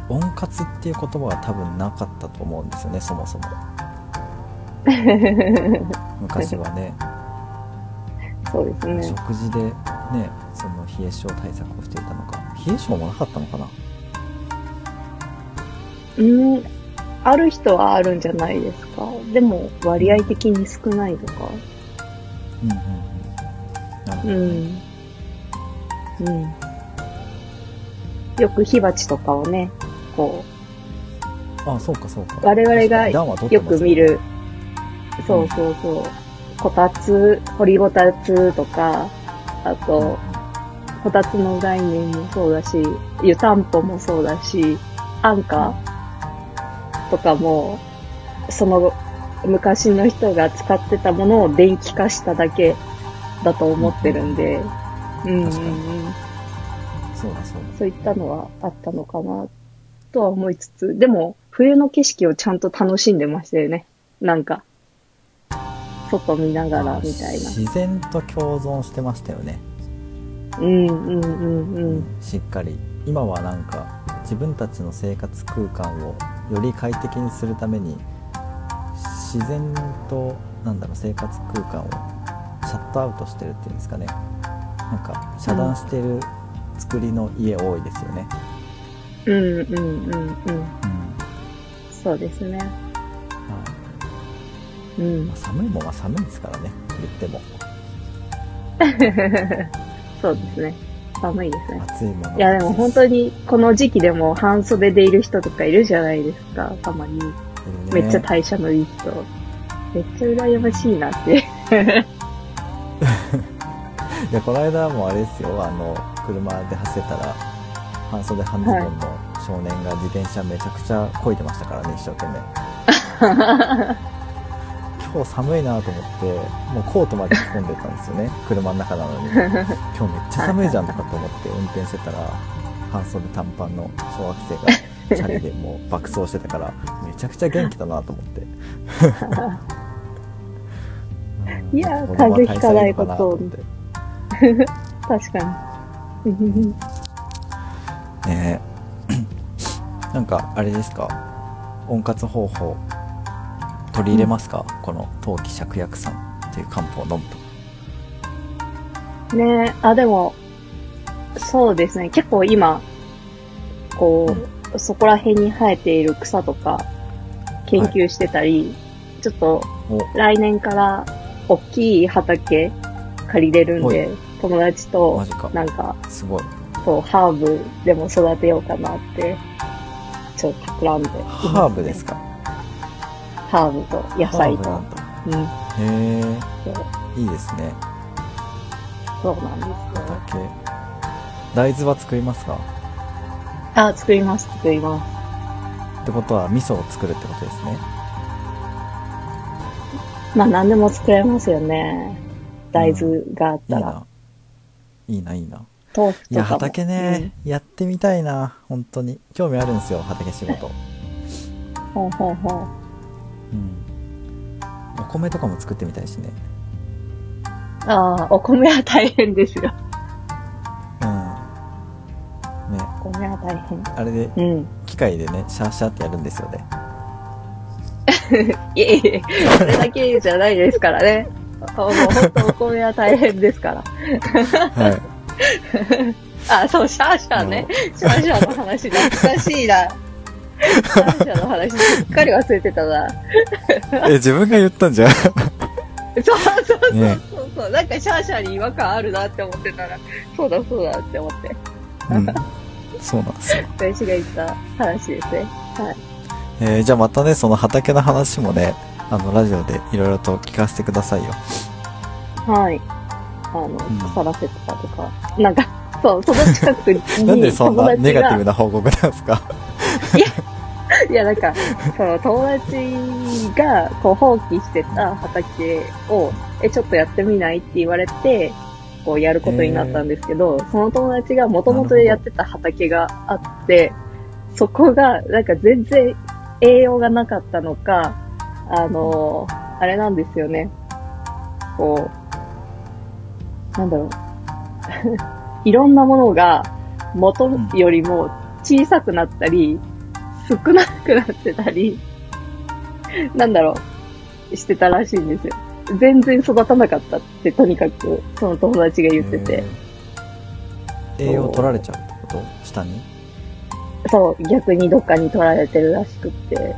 Speaker 1: 温活っていう言葉は多分なかったと思うんですよねそもそ も昔はね
Speaker 3: そうですね。
Speaker 1: 食事でねその冷え性対策をしていたのか冷え性もなかったのかな
Speaker 3: うん。ある人はあるんじゃないですか。でも、割合的に少ないとか。
Speaker 1: うんうんうんなるほ
Speaker 3: う
Speaker 1: どね、
Speaker 3: ん。うん。よく火鉢とかをね、こ
Speaker 1: あそうかそうか
Speaker 3: 我々が
Speaker 1: 確かに暖は取
Speaker 3: う、
Speaker 1: っ
Speaker 3: よ
Speaker 1: てます
Speaker 3: く
Speaker 1: ね
Speaker 3: 見る、そうそうそう。こたつ、掘りごたつとか、あ
Speaker 1: うんうん
Speaker 3: と、こたつの概念もそうだし、湯たんぽもそうだし、アンカーとかも、その昔の人が使ってたものを電気化しただけだと思ってるんで、うんうんうん
Speaker 1: 確かそうだそう
Speaker 3: そういったのはあったのかなとは思いつつ、でも冬の景色をちゃんと楽しんでましたよね。なんか、外見なが
Speaker 1: だ
Speaker 3: らみたいな。
Speaker 1: 自然と共存してましたよね、
Speaker 3: うんうんうんうん。
Speaker 1: しっかり今はなんか自分たちの生活空間をより快適にするために自然となんだろう生活空間をシャットアウトしてるっていうんですかねなんか遮断してる作りの家多いですよね、
Speaker 3: うんうんうんうん。
Speaker 1: うん
Speaker 3: そうですね。
Speaker 1: ま
Speaker 3: う
Speaker 1: あ
Speaker 3: ん
Speaker 1: まあ、。寒いもんは寒いですからね言っても
Speaker 3: そうですね。寒いですね。
Speaker 1: 暑いもの
Speaker 3: いや、でも本
Speaker 1: に
Speaker 3: 当に、この時期でも半袖でいる人とかいるじゃないですか、たまに。めっちゃ代謝のいい人。めっちゃ羨ましいなって。
Speaker 1: いやこの間もあれですよあの車で走ってたら半袖半ズボンの少年が自転車めちゃくちゃ漕いでましたからね一生懸命今日寒いなと思ってもうコートまで着込んでたんですよね車の中なのに今日めっちゃ寒いじゃんとかと思って運転してたら半袖短パンの小学生がチャリでもう爆走してたからめちゃくちゃ元気だなと思って。
Speaker 3: いやー風邪ひかないことを確かに。 うん
Speaker 1: ね えなんかあれですか温活方法取り入れますか、この陶器芍薬散っていう漢方を飲むと
Speaker 3: ねえ、あ、でも、そうですね。結構今、こう、そこら辺に生えている草とか、研究してたり、ちょっと
Speaker 1: お
Speaker 3: 来年から大きい畑借りれるん
Speaker 1: は
Speaker 3: で
Speaker 1: い、
Speaker 3: 友達と
Speaker 1: マジか
Speaker 3: なんか
Speaker 1: すごい
Speaker 3: そうハーブでも育てようかなって、ちょっと企んでいますね、
Speaker 1: ハーブですか
Speaker 3: ハーブと野
Speaker 1: ハー
Speaker 3: 菜
Speaker 1: ブ
Speaker 3: と
Speaker 1: な。んだ
Speaker 3: うん、
Speaker 1: へ
Speaker 3: そう
Speaker 1: えいいですね
Speaker 3: そうなんですよ。
Speaker 1: 畑大豆は作りますか
Speaker 3: あ、作ります、作りま
Speaker 1: ってことは味噌を作るってことですね
Speaker 3: す。まあ何でも作れますよね。大豆があっ
Speaker 1: いい
Speaker 3: たら。
Speaker 1: ないいないいな
Speaker 3: 豆腐
Speaker 1: い
Speaker 3: とかも
Speaker 1: や、畑ね、やってみたいな、本当に。興味あるんですよ、畑仕事。
Speaker 3: うんほうほうほう
Speaker 1: うん。お米とかも作ってみたいしね。
Speaker 3: ああお米は大変ですよ
Speaker 1: うん。ね、
Speaker 3: お米は大
Speaker 1: あれで、
Speaker 3: 変うん
Speaker 1: 機械でね、シャーシャーってやるんですよね。
Speaker 3: いえいえそれだけじゃないですからねあもう本当お米は大変ですから
Speaker 1: はい。
Speaker 3: あそうシャーシャーねシャーシャーの話懐かしいなシャーシャーの話すっかり忘れてたな
Speaker 1: え、自分が言ったんじゃん。
Speaker 3: そうそうそうそう
Speaker 1: ね
Speaker 3: そうそう、なんかシャーシャーに違和感あるなって思ってたら、そうだそうだって思って、
Speaker 1: うん。そうなんですよ。
Speaker 3: 私が言った話ですね。はい。
Speaker 1: えーじゃあまたね、その畑の話もね、あの、ラジオでいろいろと聞かせてくださいよ。
Speaker 3: はい。あの、
Speaker 1: ん
Speaker 3: 腐らせとかとか、なんか、そう、その近くに友達が、
Speaker 1: なんでそんなネガティブな報告なんですか
Speaker 3: いや、なんか、その友達が、こう、放棄してた畑を、え、ちょっとやってみないって言われて、こう、やることになったんですけど、その友達が元々やってた畑があって、そこが、なんか全然栄養がなかったのか、あのあれなんですよね。こう、なんだろう。 いろんなものが元よりも小さくなったり、少なくなってたり、なんだろう、してたらしいんですよ。全然育たなかったって、とにかく、その友達が言ってて。
Speaker 1: えー栄養取られちゃうってこと下に
Speaker 3: そう、逆にどっかに取られてるらしくって。
Speaker 1: え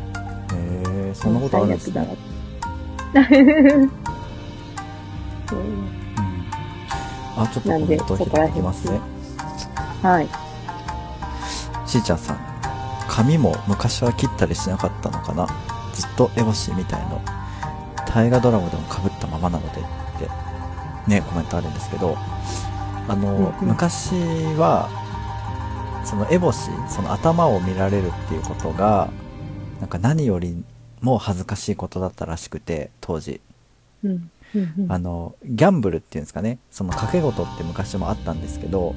Speaker 1: ー、そんなことあるんです
Speaker 3: 最
Speaker 1: ね
Speaker 3: 悪。だなうん
Speaker 1: うんあ、ちょっとコメントを拾ってきます
Speaker 3: な
Speaker 1: ね
Speaker 3: ん。はい。
Speaker 1: しーちゃんさん。髪も昔は切ったりしなかったのかなずっとエボシみたいの。大河ドラマでも被ったままなのでって、ね、コメントあるんですけど、あの、
Speaker 3: うんうん
Speaker 1: 昔は、そのエボシ、その頭を見られるっていうことが、なんか何よりも恥ずかしいことだったらしくて、当時。
Speaker 3: うんうんうん
Speaker 1: あの、ギャンブルっていうんですかね、その賭け事って昔もあったんですけど、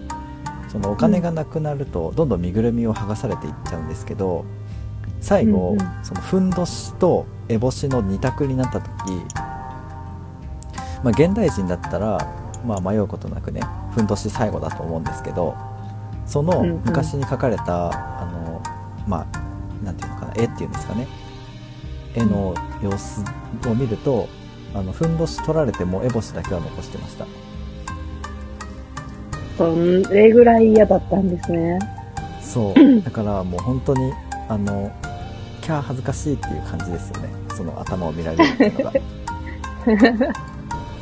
Speaker 1: そのお金がなくなると、どんどん身ぐるみを剥がされていっちゃうんですけど、最後、
Speaker 3: うんうん
Speaker 1: そのふんどしと烏帽子の二択になった時、まあ現代人だったら、まあ迷うことなくね、ふんどし最後だと思うんですけど、その
Speaker 3: うんうん
Speaker 1: 昔に書かれた、あの、まあ、なんていうのかな、絵っていうんですかね、絵の様子を見ると、あの、ふんどし取られても、烏帽子だけは残してました。
Speaker 3: それぐらい嫌だったんです ね。
Speaker 1: そう。 だからもう本当に、あの、キャー恥ずかしいっていう感じですよね。その頭を見られるっていうの が。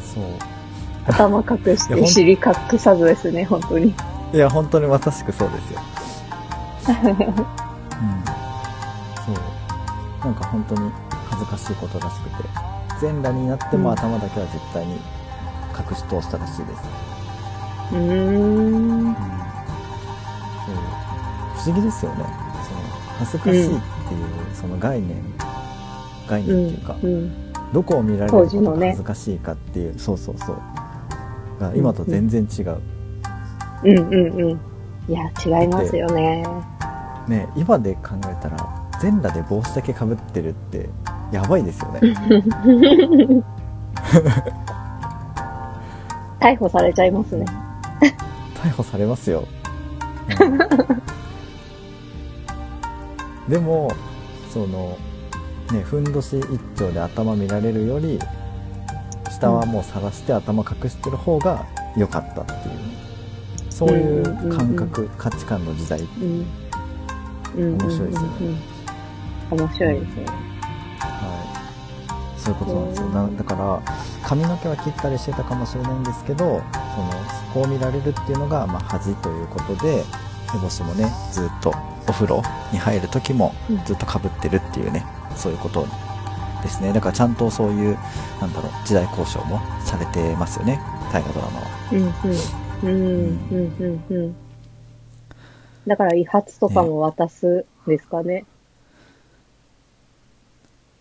Speaker 1: そう。
Speaker 3: 頭隠し
Speaker 1: いやほ
Speaker 3: て
Speaker 1: ん
Speaker 3: 尻隠さずですね、本当に。
Speaker 1: いや、本当にまさしくそうですよ。うん。そう。なんか本当に恥ずかしいことらしくて、全裸になっても
Speaker 3: うん
Speaker 1: 頭だけは絶対に隠し通したらしいです。
Speaker 3: うーん。
Speaker 1: そう不思議ですよねその恥ずかしいっていう、その概念概
Speaker 3: う
Speaker 1: 念っていうんか、
Speaker 3: うん。
Speaker 1: どこを見られる
Speaker 3: 当時
Speaker 1: こ
Speaker 3: の
Speaker 1: とが
Speaker 3: ね
Speaker 1: 恥ずかしいかっていう、そうそうそうが今と全然違う、
Speaker 3: うんうんうん。いや、違いますよね。
Speaker 1: ね今で考えたら全裸で帽子だけかぶってるってやばいですよね
Speaker 3: 逮捕されちゃいますね。
Speaker 1: 逮捕されますよ、うん でもそのねふんどし一丁で頭見られるより下はもう晒して頭隠してる方が良かったっていう、そういう感覚、価値観の時代
Speaker 3: うん。うん。
Speaker 1: 面白いですね
Speaker 3: うんうんうん面白いですね。
Speaker 1: はい、そういうことなんですよ
Speaker 3: うん
Speaker 1: なだから髪の毛は切ったりしてたかもしれないんですけどそのそこを見られるっていうのが、まあ、恥ということで烏帽子もねずっとお風呂に入る時も
Speaker 3: うん
Speaker 1: ずっとかぶってるっていうね、そういうことですねだからちゃんとそういうなんだろう時代交渉もされてますよね大河ドラマは。
Speaker 3: うんうん。うんうんうんうん。だから、遺髪とかも渡すんですかね。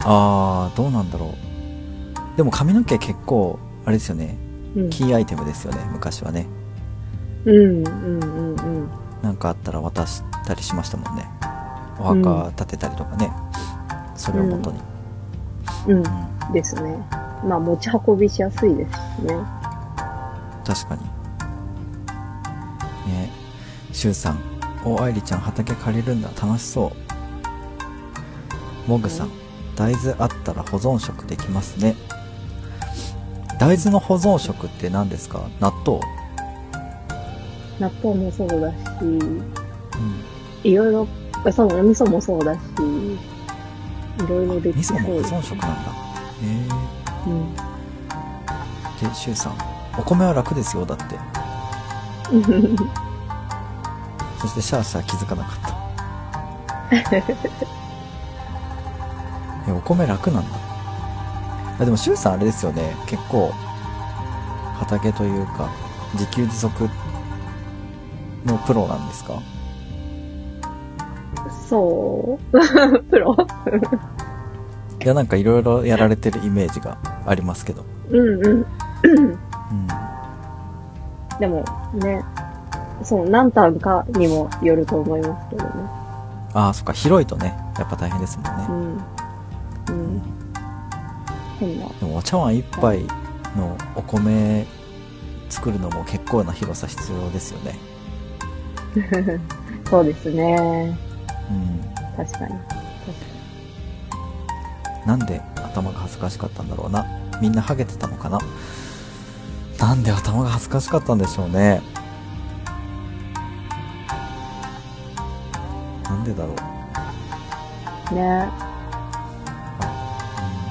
Speaker 1: あーどうなんだろうでも髪の毛結構あれですよね
Speaker 3: うん。
Speaker 1: キーアイテムですよね昔はね
Speaker 3: うん、うん、うん、うん。
Speaker 1: なんかあったら渡したりしましたもんねお墓建てたりとかね、それを元に、
Speaker 3: うん
Speaker 1: う、ん
Speaker 3: ですね。まあ、持ち運びしやすいですしね。
Speaker 1: 確かにねしゅうさんお愛理ちゃん畑借りるんだ楽しそうもぐさん、
Speaker 3: うん
Speaker 1: 大豆あったら保存食できますね大豆の保存食って何ですか納豆、
Speaker 3: 納豆もそうだし、いろいろ、そのお味噌もそうだし、いろいろでき
Speaker 1: 味
Speaker 3: そ
Speaker 1: 噌
Speaker 3: う
Speaker 1: も保存食なんだへ
Speaker 3: うん。
Speaker 1: えでしゅうさんお米は楽ですよだってそしてシャーシャー気づかなかった。え、お米楽なんだ。あでも、シュウさんあれですよね。結構、畑というか、自給自足のプロなんですか
Speaker 3: そう プロ
Speaker 1: いや、なんかいろいろやられてるイメージがありますけど。
Speaker 3: うんうん。
Speaker 1: うん。
Speaker 3: でもね、そう、何単かにもよると思いますけどね。
Speaker 1: ああ、そっか、広いとね、やっぱ大変ですもんね
Speaker 3: う。ん。うん。変な。
Speaker 1: でも、お茶碗一杯のお米作るのも結構な広さ必要ですよね。
Speaker 3: そうですね。
Speaker 1: うん。
Speaker 3: 確かに。
Speaker 1: なんで頭が恥ずかしかったんだろうな。みんなハゲてたのかな。なんで頭が恥ずかしかったんでしょうね。なんでだろう。
Speaker 3: 確かに。ね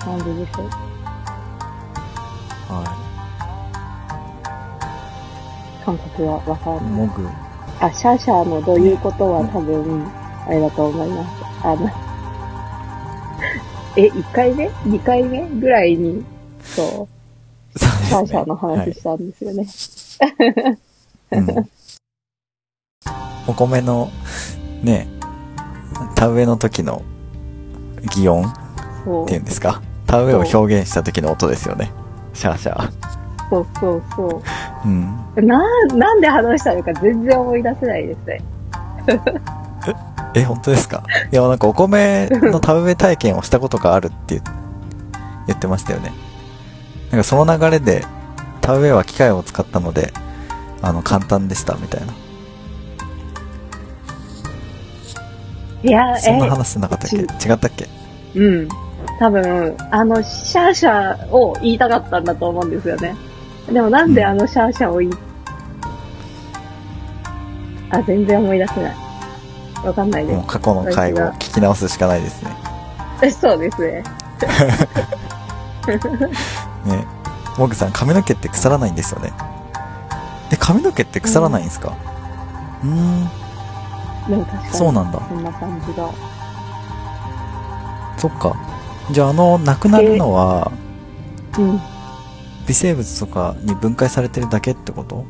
Speaker 3: なんででしょう。感覚はわか
Speaker 1: はい。
Speaker 3: んない。
Speaker 1: もぐ。
Speaker 3: あ、シャーシャーのどういうことは多分、あれだと思います。あの、 え、1回目 ?2 回目ぐらいに、そう。
Speaker 1: そうです
Speaker 3: シャ
Speaker 1: ね
Speaker 3: ーシャーの話したんですよね。
Speaker 1: はいうんお米の、ね、田植えの時の擬音っ
Speaker 3: そう
Speaker 1: ていうんですか。田植えを表現した時の音ですよね。シャーシャ
Speaker 3: そうそうそ
Speaker 1: ー。うん。
Speaker 3: う。な、なんで話したのか全然思い出せないですね。
Speaker 1: え、本当ですかいや、なんかお米の田植え体験をしたことがあるって言言ってましたよね。なんかその流れで、田植えは機械を使ったので、あの、簡単でした、みたいな。
Speaker 3: いや、
Speaker 1: そんな話なかったっけ
Speaker 3: え
Speaker 1: 違ったっけ
Speaker 3: え、うん。多分、あの、シャーシャーを言いたかったんだと思うんですよね。でもなんであのシャーシャーを言い、あ、全然思い出せない。わかんないで
Speaker 1: もう過去の回を聞き直すしかないですね。
Speaker 3: す。そうで すね。
Speaker 1: ね。モグさん、髪の毛って腐らないんですよね。で、髪の毛って腐らないんですかうーん、
Speaker 3: でも確かに。
Speaker 1: そうなんだ。
Speaker 3: そんな感じが。
Speaker 1: そっか。じゃあ、あの、なくなるのは、
Speaker 3: うん。
Speaker 1: 微生物とかに分解されてるだけってこと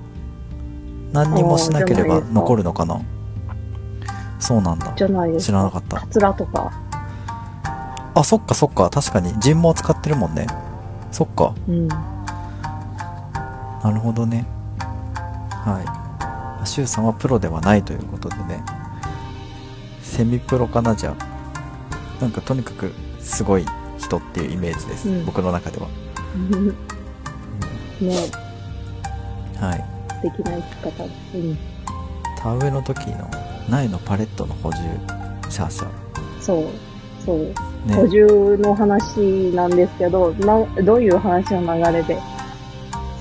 Speaker 1: 何にもしなければ
Speaker 3: あーじゃないですか
Speaker 1: 残るのかなそうなんだ
Speaker 3: じゃないです
Speaker 1: 知らなかった
Speaker 3: かつらとか。
Speaker 1: あそっかそっか確かに人毛使ってるもんねそっか
Speaker 3: うん。
Speaker 1: なるほどねはいシュウさんはプロではないということでねセミプロかなじゃあなんかとにかくすごい人っていうイメージです、
Speaker 3: うん
Speaker 1: 僕の中では
Speaker 3: ね
Speaker 1: はい
Speaker 3: 素敵な生き方です。うん。
Speaker 1: 田植えの時の苗のパレットの補充シャーシャー
Speaker 3: そう。そう。
Speaker 1: ね
Speaker 3: 補充の話なんですけど、などういう話の流れで、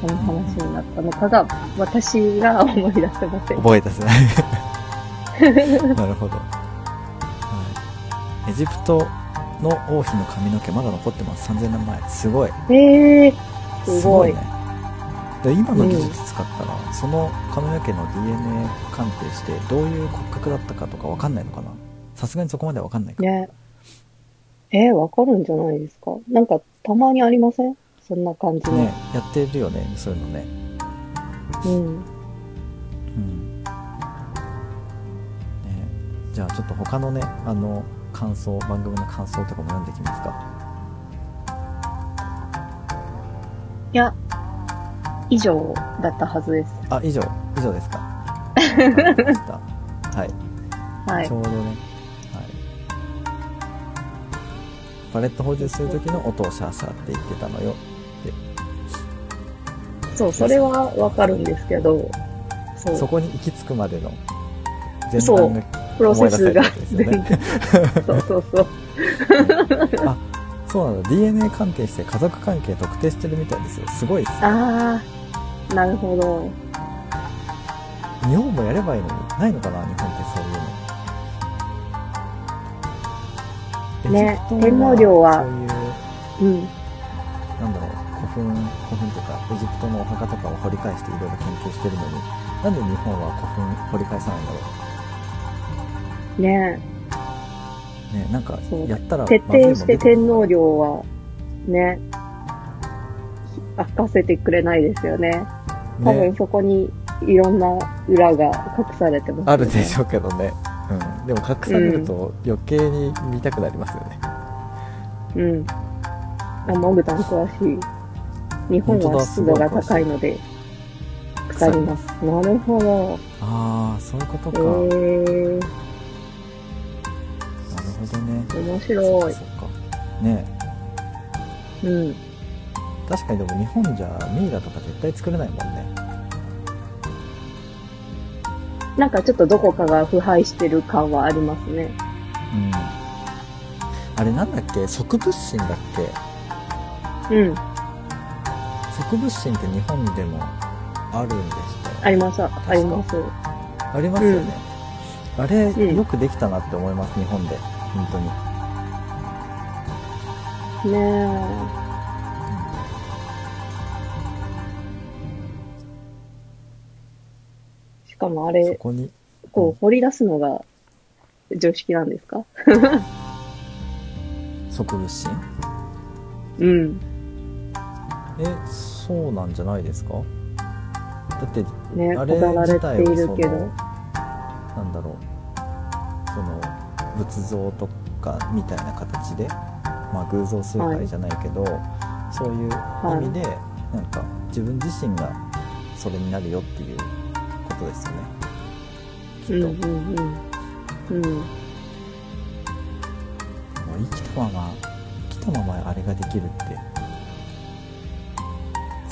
Speaker 3: その話になったのかが、私が思い出せません。
Speaker 1: 覚えたですね なるほど、はい、エジプトの王妃の髪の毛まだ残ってます3000年前すごい
Speaker 3: えー、す
Speaker 1: す
Speaker 3: ご
Speaker 1: ごい
Speaker 3: い
Speaker 1: ね。で今の技術使ったら、その髪の毛の DNA 鑑定してどういう骨格だったかとかわかんないのかなさすがにそこまではわかんないか、
Speaker 3: ね。えー、わかるんじゃないですかなんか、たまにありませんそんな感じの。
Speaker 1: ねやってるよねそういうのね
Speaker 3: うん。
Speaker 1: うんねじゃあちょっと他のねあの感想番組の感想とかも読んでいきますか
Speaker 3: いや、以上だったはずです。
Speaker 1: あ以上以上ですか感じでした。はい。
Speaker 3: はい
Speaker 1: ち。ょうどね、はい、パレット補充する時の音をシャーシャーって言ってたのよ。
Speaker 3: そう、それはわかるんですけど、そう、
Speaker 1: そこに行き着くまでの前
Speaker 3: そう
Speaker 1: 段が
Speaker 3: プロ
Speaker 1: 思
Speaker 3: セ
Speaker 1: い出
Speaker 3: ス
Speaker 1: せる
Speaker 3: が
Speaker 1: わけですよね。
Speaker 3: そうそうそう。
Speaker 1: あ そうなんだ DNA 鑑定して家族関係特定してるみたいですよすごいっす
Speaker 3: ああ、なるほど。
Speaker 1: 日本もやればいいのにないのかな日本ってそういうの
Speaker 3: ね
Speaker 1: エジプトは
Speaker 3: 天皇陵は
Speaker 1: そういう
Speaker 3: うん。
Speaker 1: なんだろう古墳古墳とかエジプトのお墓とかを掘り返していろいろ研究してるのになんで日本は古墳掘り返さないんだろ
Speaker 3: ね
Speaker 1: うねなんか
Speaker 3: そう
Speaker 1: やったら
Speaker 3: 徹
Speaker 1: ま
Speaker 3: 底し
Speaker 1: ずいもん出
Speaker 3: て
Speaker 1: くる
Speaker 3: 天皇陵は、ね、明かせてくれないですよね。多分
Speaker 1: ね
Speaker 3: そこにいろんな裏が隠されてます、
Speaker 1: あるでしょ
Speaker 3: ょ。
Speaker 1: うけどね、うん、でも隠されると余計に見たくなりますよね、
Speaker 3: うん。あ、モグタン詳しい。日本
Speaker 1: 本当
Speaker 3: は
Speaker 1: だ
Speaker 3: 湿度が高いので、腐ります。なるほど。
Speaker 1: ああそういうこと
Speaker 3: え
Speaker 1: か、
Speaker 3: ー、
Speaker 1: なるほどね
Speaker 3: 面
Speaker 1: そ
Speaker 3: 白
Speaker 1: う
Speaker 3: い
Speaker 1: か。そうかね
Speaker 3: うん。
Speaker 1: 確かにでも日本じゃミイラとか絶対作れないもんね
Speaker 3: なんかちょっとどこかが腐敗してる感はありますね。
Speaker 1: うんあれなんだっけ植物心だっけ
Speaker 3: うん。
Speaker 1: 植物心って日本でもあるんでしたよ
Speaker 3: あります、あ
Speaker 1: か
Speaker 3: ります。
Speaker 1: ありますよね、あれ
Speaker 3: うん
Speaker 1: よくできたなって思います日本で本当に
Speaker 3: ねえ。しかもあ
Speaker 1: そ
Speaker 3: れ、
Speaker 1: こに
Speaker 3: こう掘り出すのが常識なんですか
Speaker 1: 植物心
Speaker 3: うん。
Speaker 1: えそうなんじゃないですかだって
Speaker 3: ね
Speaker 1: あれ
Speaker 3: 飾られ
Speaker 1: 自
Speaker 3: て
Speaker 1: 体
Speaker 3: い
Speaker 1: を
Speaker 3: る
Speaker 1: その
Speaker 3: けど。
Speaker 1: なんだろうその仏像とかみたいな形で、まあ、偶像崇拝じゃないけど、そういう意味で、なんか自分自身がそれになるよっていうことですよね
Speaker 3: う
Speaker 1: きっ
Speaker 3: ん
Speaker 1: と、
Speaker 3: うんうん。う
Speaker 1: も
Speaker 3: ん。
Speaker 1: う生きたまま生きたままあれができるって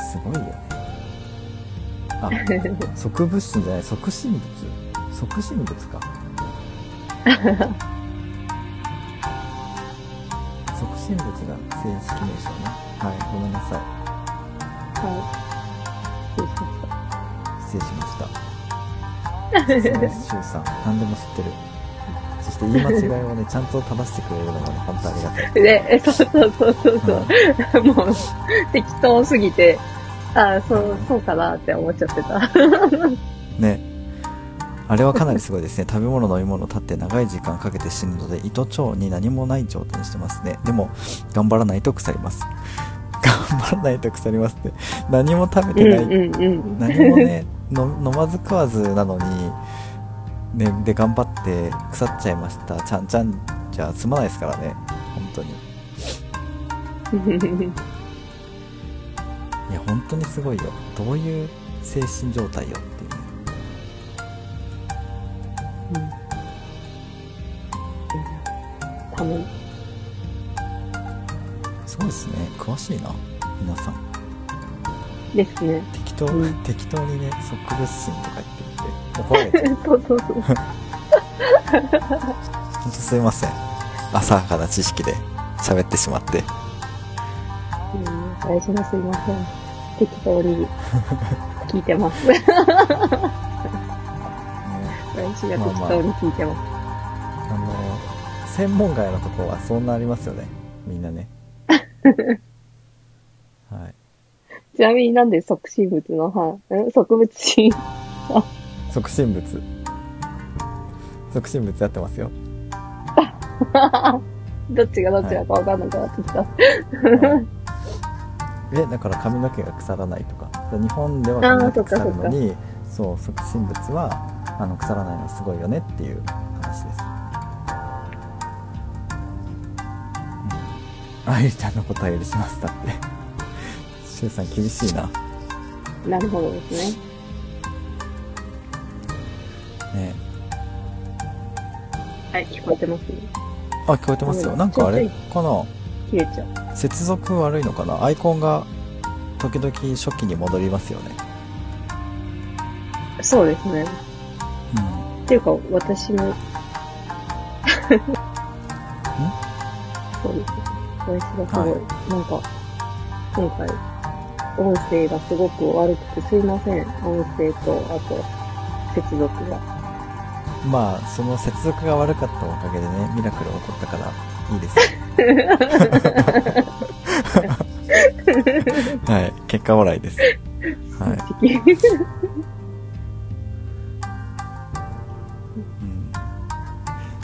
Speaker 1: すごいよねあ植物心じゃない促進物促進物か促進物が正式名称ねはいごめんなさい
Speaker 3: はい。そうそうそう
Speaker 1: 失礼しましたさすがです周さん何でも知ってるそして言い間違いをねちゃんと正してくれるのがね本当ありがたい
Speaker 3: で、えそうそうそうそう
Speaker 1: うん
Speaker 3: そう。もう、適当すぎて、ああ、そう、そうかなって思っちゃってた。
Speaker 1: ねあれはかなりすごいですね食べ物飲み物立って長い時間かけて死ぬので胃と腸に何もない状態にしてますねでも頑張らないと腐ります頑張らないと腐りますね何も食べ
Speaker 3: うん
Speaker 1: てない、
Speaker 3: うんうん。
Speaker 1: 何もねの飲まず食わずなのに、ね、で頑張って腐っちゃいましたちゃんちゃんじゃ済まないですからね本当にいや本当にすごいよどういう精神状態よっていうね
Speaker 3: ため
Speaker 1: すごいですね詳しいな皆さん
Speaker 3: ですね。
Speaker 1: 適当、
Speaker 3: う
Speaker 1: 適当にね植物心とか言ってきて怒られて ほん
Speaker 3: そうそうそう。
Speaker 1: とすいません浅はかな知識で喋ってしまって
Speaker 3: うん、大事なすいません。適当に聞いてます。
Speaker 1: ね
Speaker 3: 私が適当に聞いてま
Speaker 1: あの専門外のとこはそんなありますよねみんな ねはい
Speaker 3: す。ちなみになんで促進物の話、 うん植物心
Speaker 1: 促進物促進物やってますよ
Speaker 3: どっちがどっちだかわかんなくなってきた。
Speaker 1: はいえだから髪の毛が腐らないとか日本では髪の毛腐るのにそう促進物はあの腐らないのすごいよねっていう話です、うん、あゆりちゃんのことは許しますだってしゅうさん厳しいな
Speaker 3: なるほどですね。
Speaker 1: ね
Speaker 3: はい、聞こえてますね。
Speaker 1: あ、聞こえてますよ。なんかあれかな
Speaker 3: 切れちゃう。
Speaker 1: 接続悪いのかなアイコンが時々初期に戻りますよね。
Speaker 3: そうです
Speaker 1: う
Speaker 3: ね。
Speaker 1: ん。
Speaker 3: っていうか、私も。そうですね。私がすごい、
Speaker 1: は
Speaker 3: なんか、今回、音声がすごく悪くて、すいません。音声と、あと、接続が。
Speaker 1: まあ、その接続が悪かったおかげでね、ミラクル起こったから、いいです。はい、結果笑いです。はい。 うん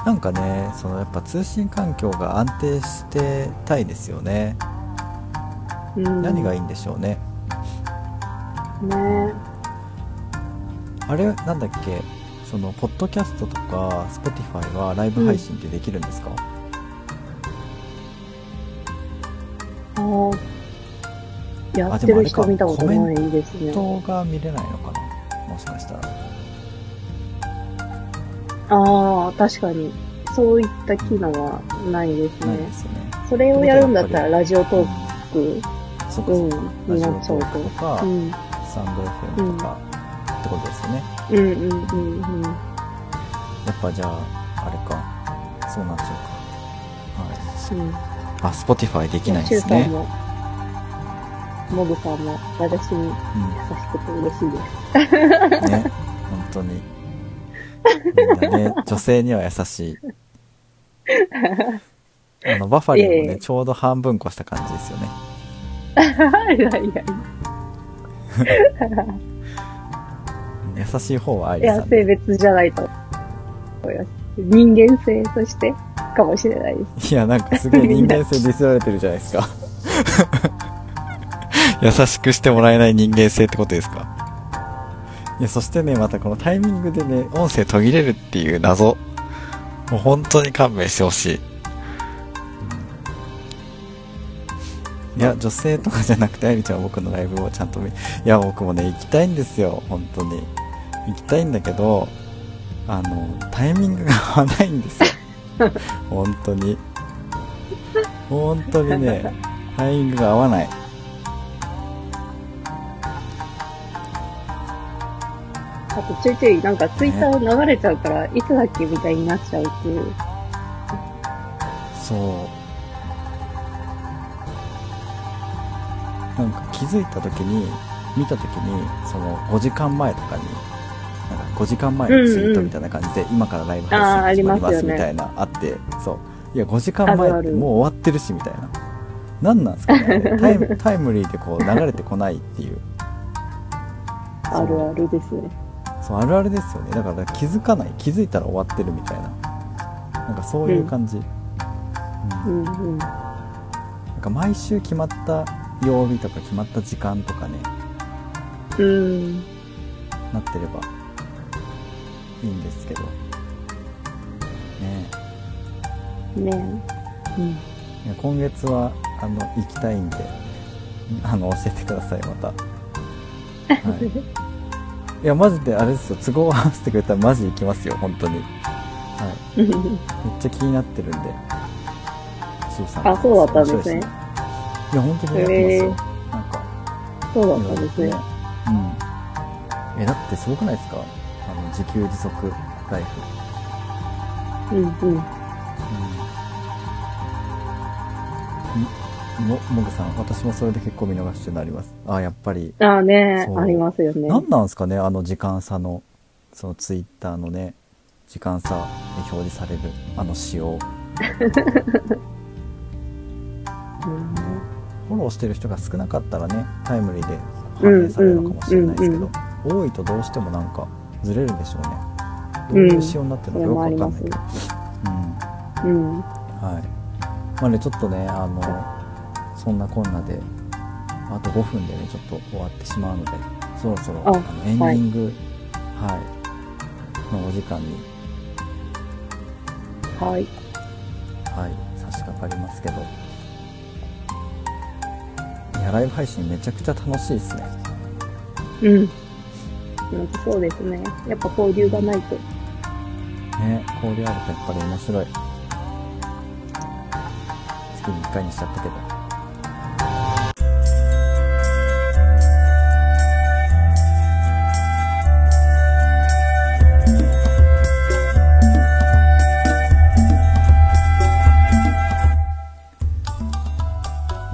Speaker 1: なんかね、そのやっぱ通信環境が安定してたいですよね。何
Speaker 3: 何
Speaker 1: が
Speaker 3: い
Speaker 1: いいんでしょうね。
Speaker 3: いね
Speaker 1: あれ、なんだっけ、その、ポッドキャストとか、Spotify はライブ配信ってできるんですか、
Speaker 3: あーやって
Speaker 1: あでもあれ
Speaker 3: る
Speaker 1: か
Speaker 3: 人見たことないですね。
Speaker 1: 人が見れないのかなもしかしたら。
Speaker 3: ああ、確かに。そういった機能はないです
Speaker 1: ない
Speaker 3: ね
Speaker 1: で。すよね。
Speaker 3: それをやるんだったらラジオトーク、
Speaker 1: そっか
Speaker 3: う
Speaker 1: そ
Speaker 3: ん
Speaker 1: っか。、ラ
Speaker 3: に
Speaker 1: ジオ
Speaker 3: なっちゃ
Speaker 1: ト
Speaker 3: う
Speaker 1: ークとか、
Speaker 3: と。うん。
Speaker 1: スタンド FM とか、ってことですよね。
Speaker 3: うんうんうんうん。
Speaker 1: やっぱじゃあ、あれか。そうなっちゃうか。はい。
Speaker 3: うん
Speaker 1: あ、Spotify できないん
Speaker 3: シュ
Speaker 1: で
Speaker 3: ウ
Speaker 1: す
Speaker 3: さん
Speaker 1: ね。
Speaker 3: も、モブさんも、私に優し
Speaker 1: うん。
Speaker 3: くて嬉しいです。
Speaker 1: ね、本当に。みんな ね、女性には優しい。あの、バファリンも
Speaker 3: いえい
Speaker 1: ね、
Speaker 3: え
Speaker 1: ちょうど半分越した感じですよね。
Speaker 3: はいはいはい。
Speaker 1: 優しい方はアイ
Speaker 3: い
Speaker 1: リ
Speaker 3: や
Speaker 1: さ、ん
Speaker 3: 性
Speaker 1: で。
Speaker 3: 別じゃないと思います。人間性としてかもしれないです。
Speaker 1: いや、なんかすげえ人間性ディスられてるじゃないですか。 優しくしてもらえない人間性ってことですか。いや、そしてね、またこのタイミングでね、音声途切れるっていう謎。もう本当に勘弁してほしい。いや、女性とかじゃなくて、あゆりちゃんは僕のライブをちゃんと見、いや、僕もね、行きたいんですよ、本当に。行きたいんだけど、あの、タイミングが合わないん ですよ。本当に。本当に ね、タイミングが合わない。
Speaker 3: あとちょいちょいなんかツイッター流れちゃうから、いつだっけみたいになっちゃうっていう。
Speaker 1: そう。なんか気づいた時に、見た時に、その5時間前とかに、なんか5時間前のツイートみたいな感じで、今からライブ配
Speaker 3: あーあ
Speaker 1: 信始
Speaker 3: り
Speaker 1: ま
Speaker 3: ます
Speaker 1: りま
Speaker 3: よね
Speaker 1: すみたいな、あって、そう。いや、5時間前
Speaker 3: あ
Speaker 1: っ
Speaker 3: る
Speaker 1: て
Speaker 3: ある
Speaker 1: もう終わってるし、みたいな。なんなんすかねあれタイ ム、タイムリーでこう流れてこないっていう。
Speaker 3: あるあるですね。
Speaker 1: そうあるあるですよねだから気づかない気づいたら終わってるみたいななんかそういう感じ、うん
Speaker 3: うんうん。
Speaker 1: なんか毎週決まった曜日とか決まった時間とかね
Speaker 3: うん。
Speaker 1: なってればいいんですけどね
Speaker 3: ねうん。
Speaker 1: えいや今月はあの行きたいんであの教えてくださいまた、 はい、いやマジであれですよ都合を合わせてくれたらマジ行きますよ本当にはいめっちゃ気になってるんで。スーさん
Speaker 3: あそうだったんですね。
Speaker 1: いや、本当にやってますよ。なんか、
Speaker 3: そうだったんです
Speaker 1: いろい
Speaker 3: ね
Speaker 1: ろ。うん。え、だってすごくないですかあの、自給自足ライフ。
Speaker 3: うんうん。
Speaker 1: うん。んも、もぐさん、私もそれで結構見逃してるのあります。あ、やっぱり。
Speaker 3: ああね
Speaker 1: そう
Speaker 3: ありますよね。
Speaker 1: なんなんですかねあの時間差の、そのツイッターのね、時間差で表示される、あの仕様。
Speaker 3: うん
Speaker 1: フォローしてる人が少なかったらねタイムリーで反映されるのかもしれないですけど、多いとどうしてもなんかずれるんでしょうねどういう仕様になってるのかよくわかんないけど、うん
Speaker 3: うん。
Speaker 1: はいまあねちょっとねあのそんなこんなであと5分でねちょっと終わってしまうのでそろそろ
Speaker 3: あ
Speaker 1: あのエンディング、はいのお時間に、
Speaker 3: はい。
Speaker 1: はい、差し掛かりますけどいやライブ配信めちゃくちゃ楽しいですね
Speaker 3: うん。なんかそうですね。やっぱ交流がないと
Speaker 1: ね、氷あるとやっぱり面白い。月に1回にしちゃったけど。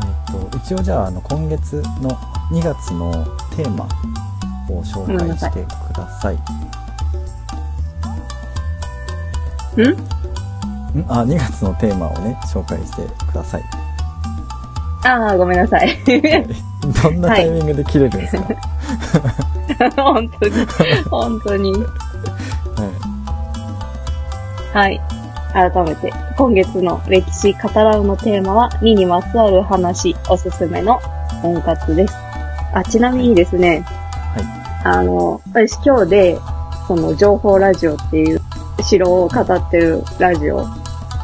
Speaker 1: えっと、一応じゃあ、あの、今月の2月のテーマを紹介してください。
Speaker 3: ん
Speaker 1: んあ、2月のテーマをね、紹介してください。
Speaker 3: ああ、ごめんなさい。
Speaker 1: どんなタイミングで切れるんですか、はい、
Speaker 3: 本当に、 本当に。はい。改めて、今月の歴史語らうのテーマは、2にまつわる話、おすすめの婚活です。あ、ちなみにですね、
Speaker 1: い
Speaker 3: あの、私今日で、その、情報ラジオっていう、城を語ってるラジオ、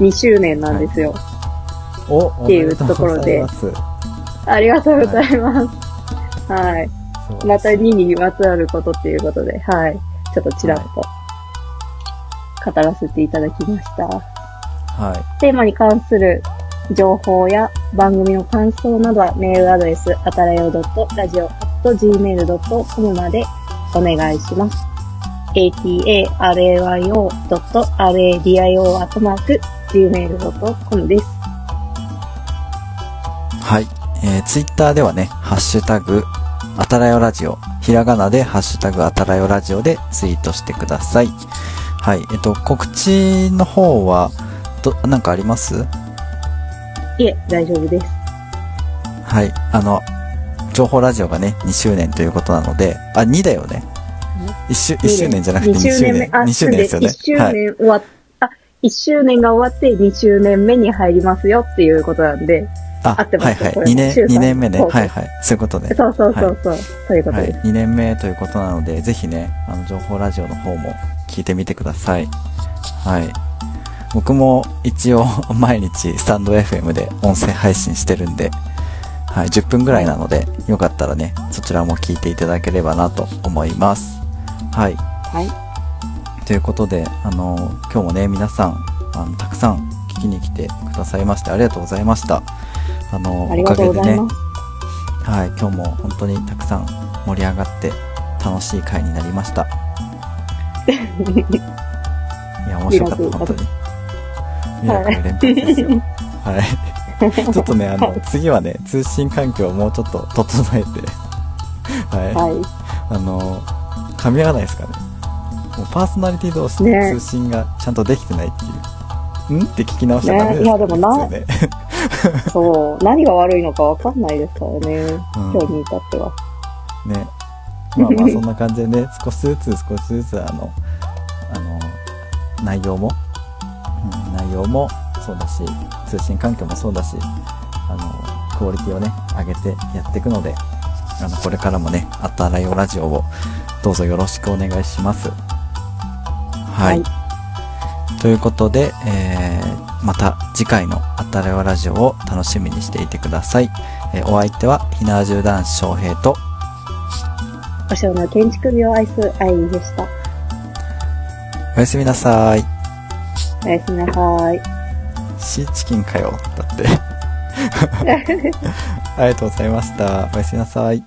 Speaker 3: 2周年なんですよ。
Speaker 1: お、
Speaker 3: っ
Speaker 1: お
Speaker 3: てい
Speaker 1: め
Speaker 3: う
Speaker 1: でとうございます。
Speaker 3: ありがとうございます。はい。
Speaker 1: そう
Speaker 3: また2にまつわることっていうことで、はい。ちょっとちらっと、語らせていただきました。
Speaker 1: は
Speaker 3: テーマに関する情報や番組の感想などはメールアドレス、あたらよ .radio.gmail.com までお願いします。atarayo.radio.gmail.com です。
Speaker 1: い。はい。えー、ツイッターではね、ハッシュタグ、あたらよラジオ、ひらがなで、ハッシュタグ、あたらよラジオでツイートしてください。はい。えっと、告知の方は、ど、なんかあります
Speaker 3: いえ、大丈夫です。
Speaker 1: はい。あの、情報ラジオがね、2周年ということなので、あ、2だよね。1周、一周年じゃなくて2周年。
Speaker 3: あ、
Speaker 1: 2周年ですよね。
Speaker 3: 1周
Speaker 1: はい。
Speaker 3: 年終わっ、あ、1周年が終わって2周年目に入りますよっていうことなんで、
Speaker 1: あ
Speaker 3: 合ってま
Speaker 1: はい
Speaker 3: す
Speaker 1: はい。
Speaker 3: これも
Speaker 1: 2年、
Speaker 3: 週さん
Speaker 1: 2年目ね。
Speaker 3: そうそう
Speaker 1: はいはい。そういうことね。
Speaker 3: そうそうそうそう、そういうこと
Speaker 1: はい
Speaker 3: です。、
Speaker 1: 2年目ということなので、ぜひね、あの、情報ラジオの方も聞いてみてください。はい。僕も一応 毎日スタンド FM で音声配信してるんで、はい、10分ぐらいなので、よかったらね、そちらも聞いていただければなと思います。はい。
Speaker 3: はい。
Speaker 1: ということで、あの、今日もね、皆さん、あの、たくさん聞きに来てくださいまして、ありがとうございました。あの、
Speaker 3: あり
Speaker 1: お
Speaker 3: が
Speaker 1: か
Speaker 3: と
Speaker 1: げ
Speaker 3: う
Speaker 1: で
Speaker 3: ござい
Speaker 1: ね
Speaker 3: ます。、
Speaker 1: はい、今日も本当にたくさん盛り上がって楽しい回になりました。いや、面白かっ
Speaker 3: ミラ
Speaker 1: た、本
Speaker 3: クル
Speaker 1: 当に。ミラクル連発です よ。はい。ちょっとね、あの、次はね、通信環境をもうちょっと整えて、は
Speaker 3: はい。
Speaker 1: い。あの、噛み合わないですかね。もうパーソナリティ同士
Speaker 3: ね
Speaker 1: の通信がちゃんとできてないっていう。んって聞き直したらダメです
Speaker 3: ねいやでもな
Speaker 1: 普通ね
Speaker 3: そう、何が悪いのかわかんないですからね、
Speaker 1: うん
Speaker 3: 今日に至っては。
Speaker 1: ね。まあまあそんな感じでね、少しずつ少しずつあの、あの、内容も、うん、内容もそうだし、通信環境もそうだし、あの、クオリティをね、上げてやっていくので、あの、これからもね、あったらよラジオをどうぞよろしくお願いします。はい。ということで、えー、また次回のあったらよラジオを楽しみにしていてください。えーお相手は、ひなわじゅう男子翔平と、
Speaker 3: お城の建築美を愛する愛でした。
Speaker 1: おやすみなさい。
Speaker 3: おやすみなさい。
Speaker 1: シーチキン かよ。だって。ありがとうございました。おやすみなさい。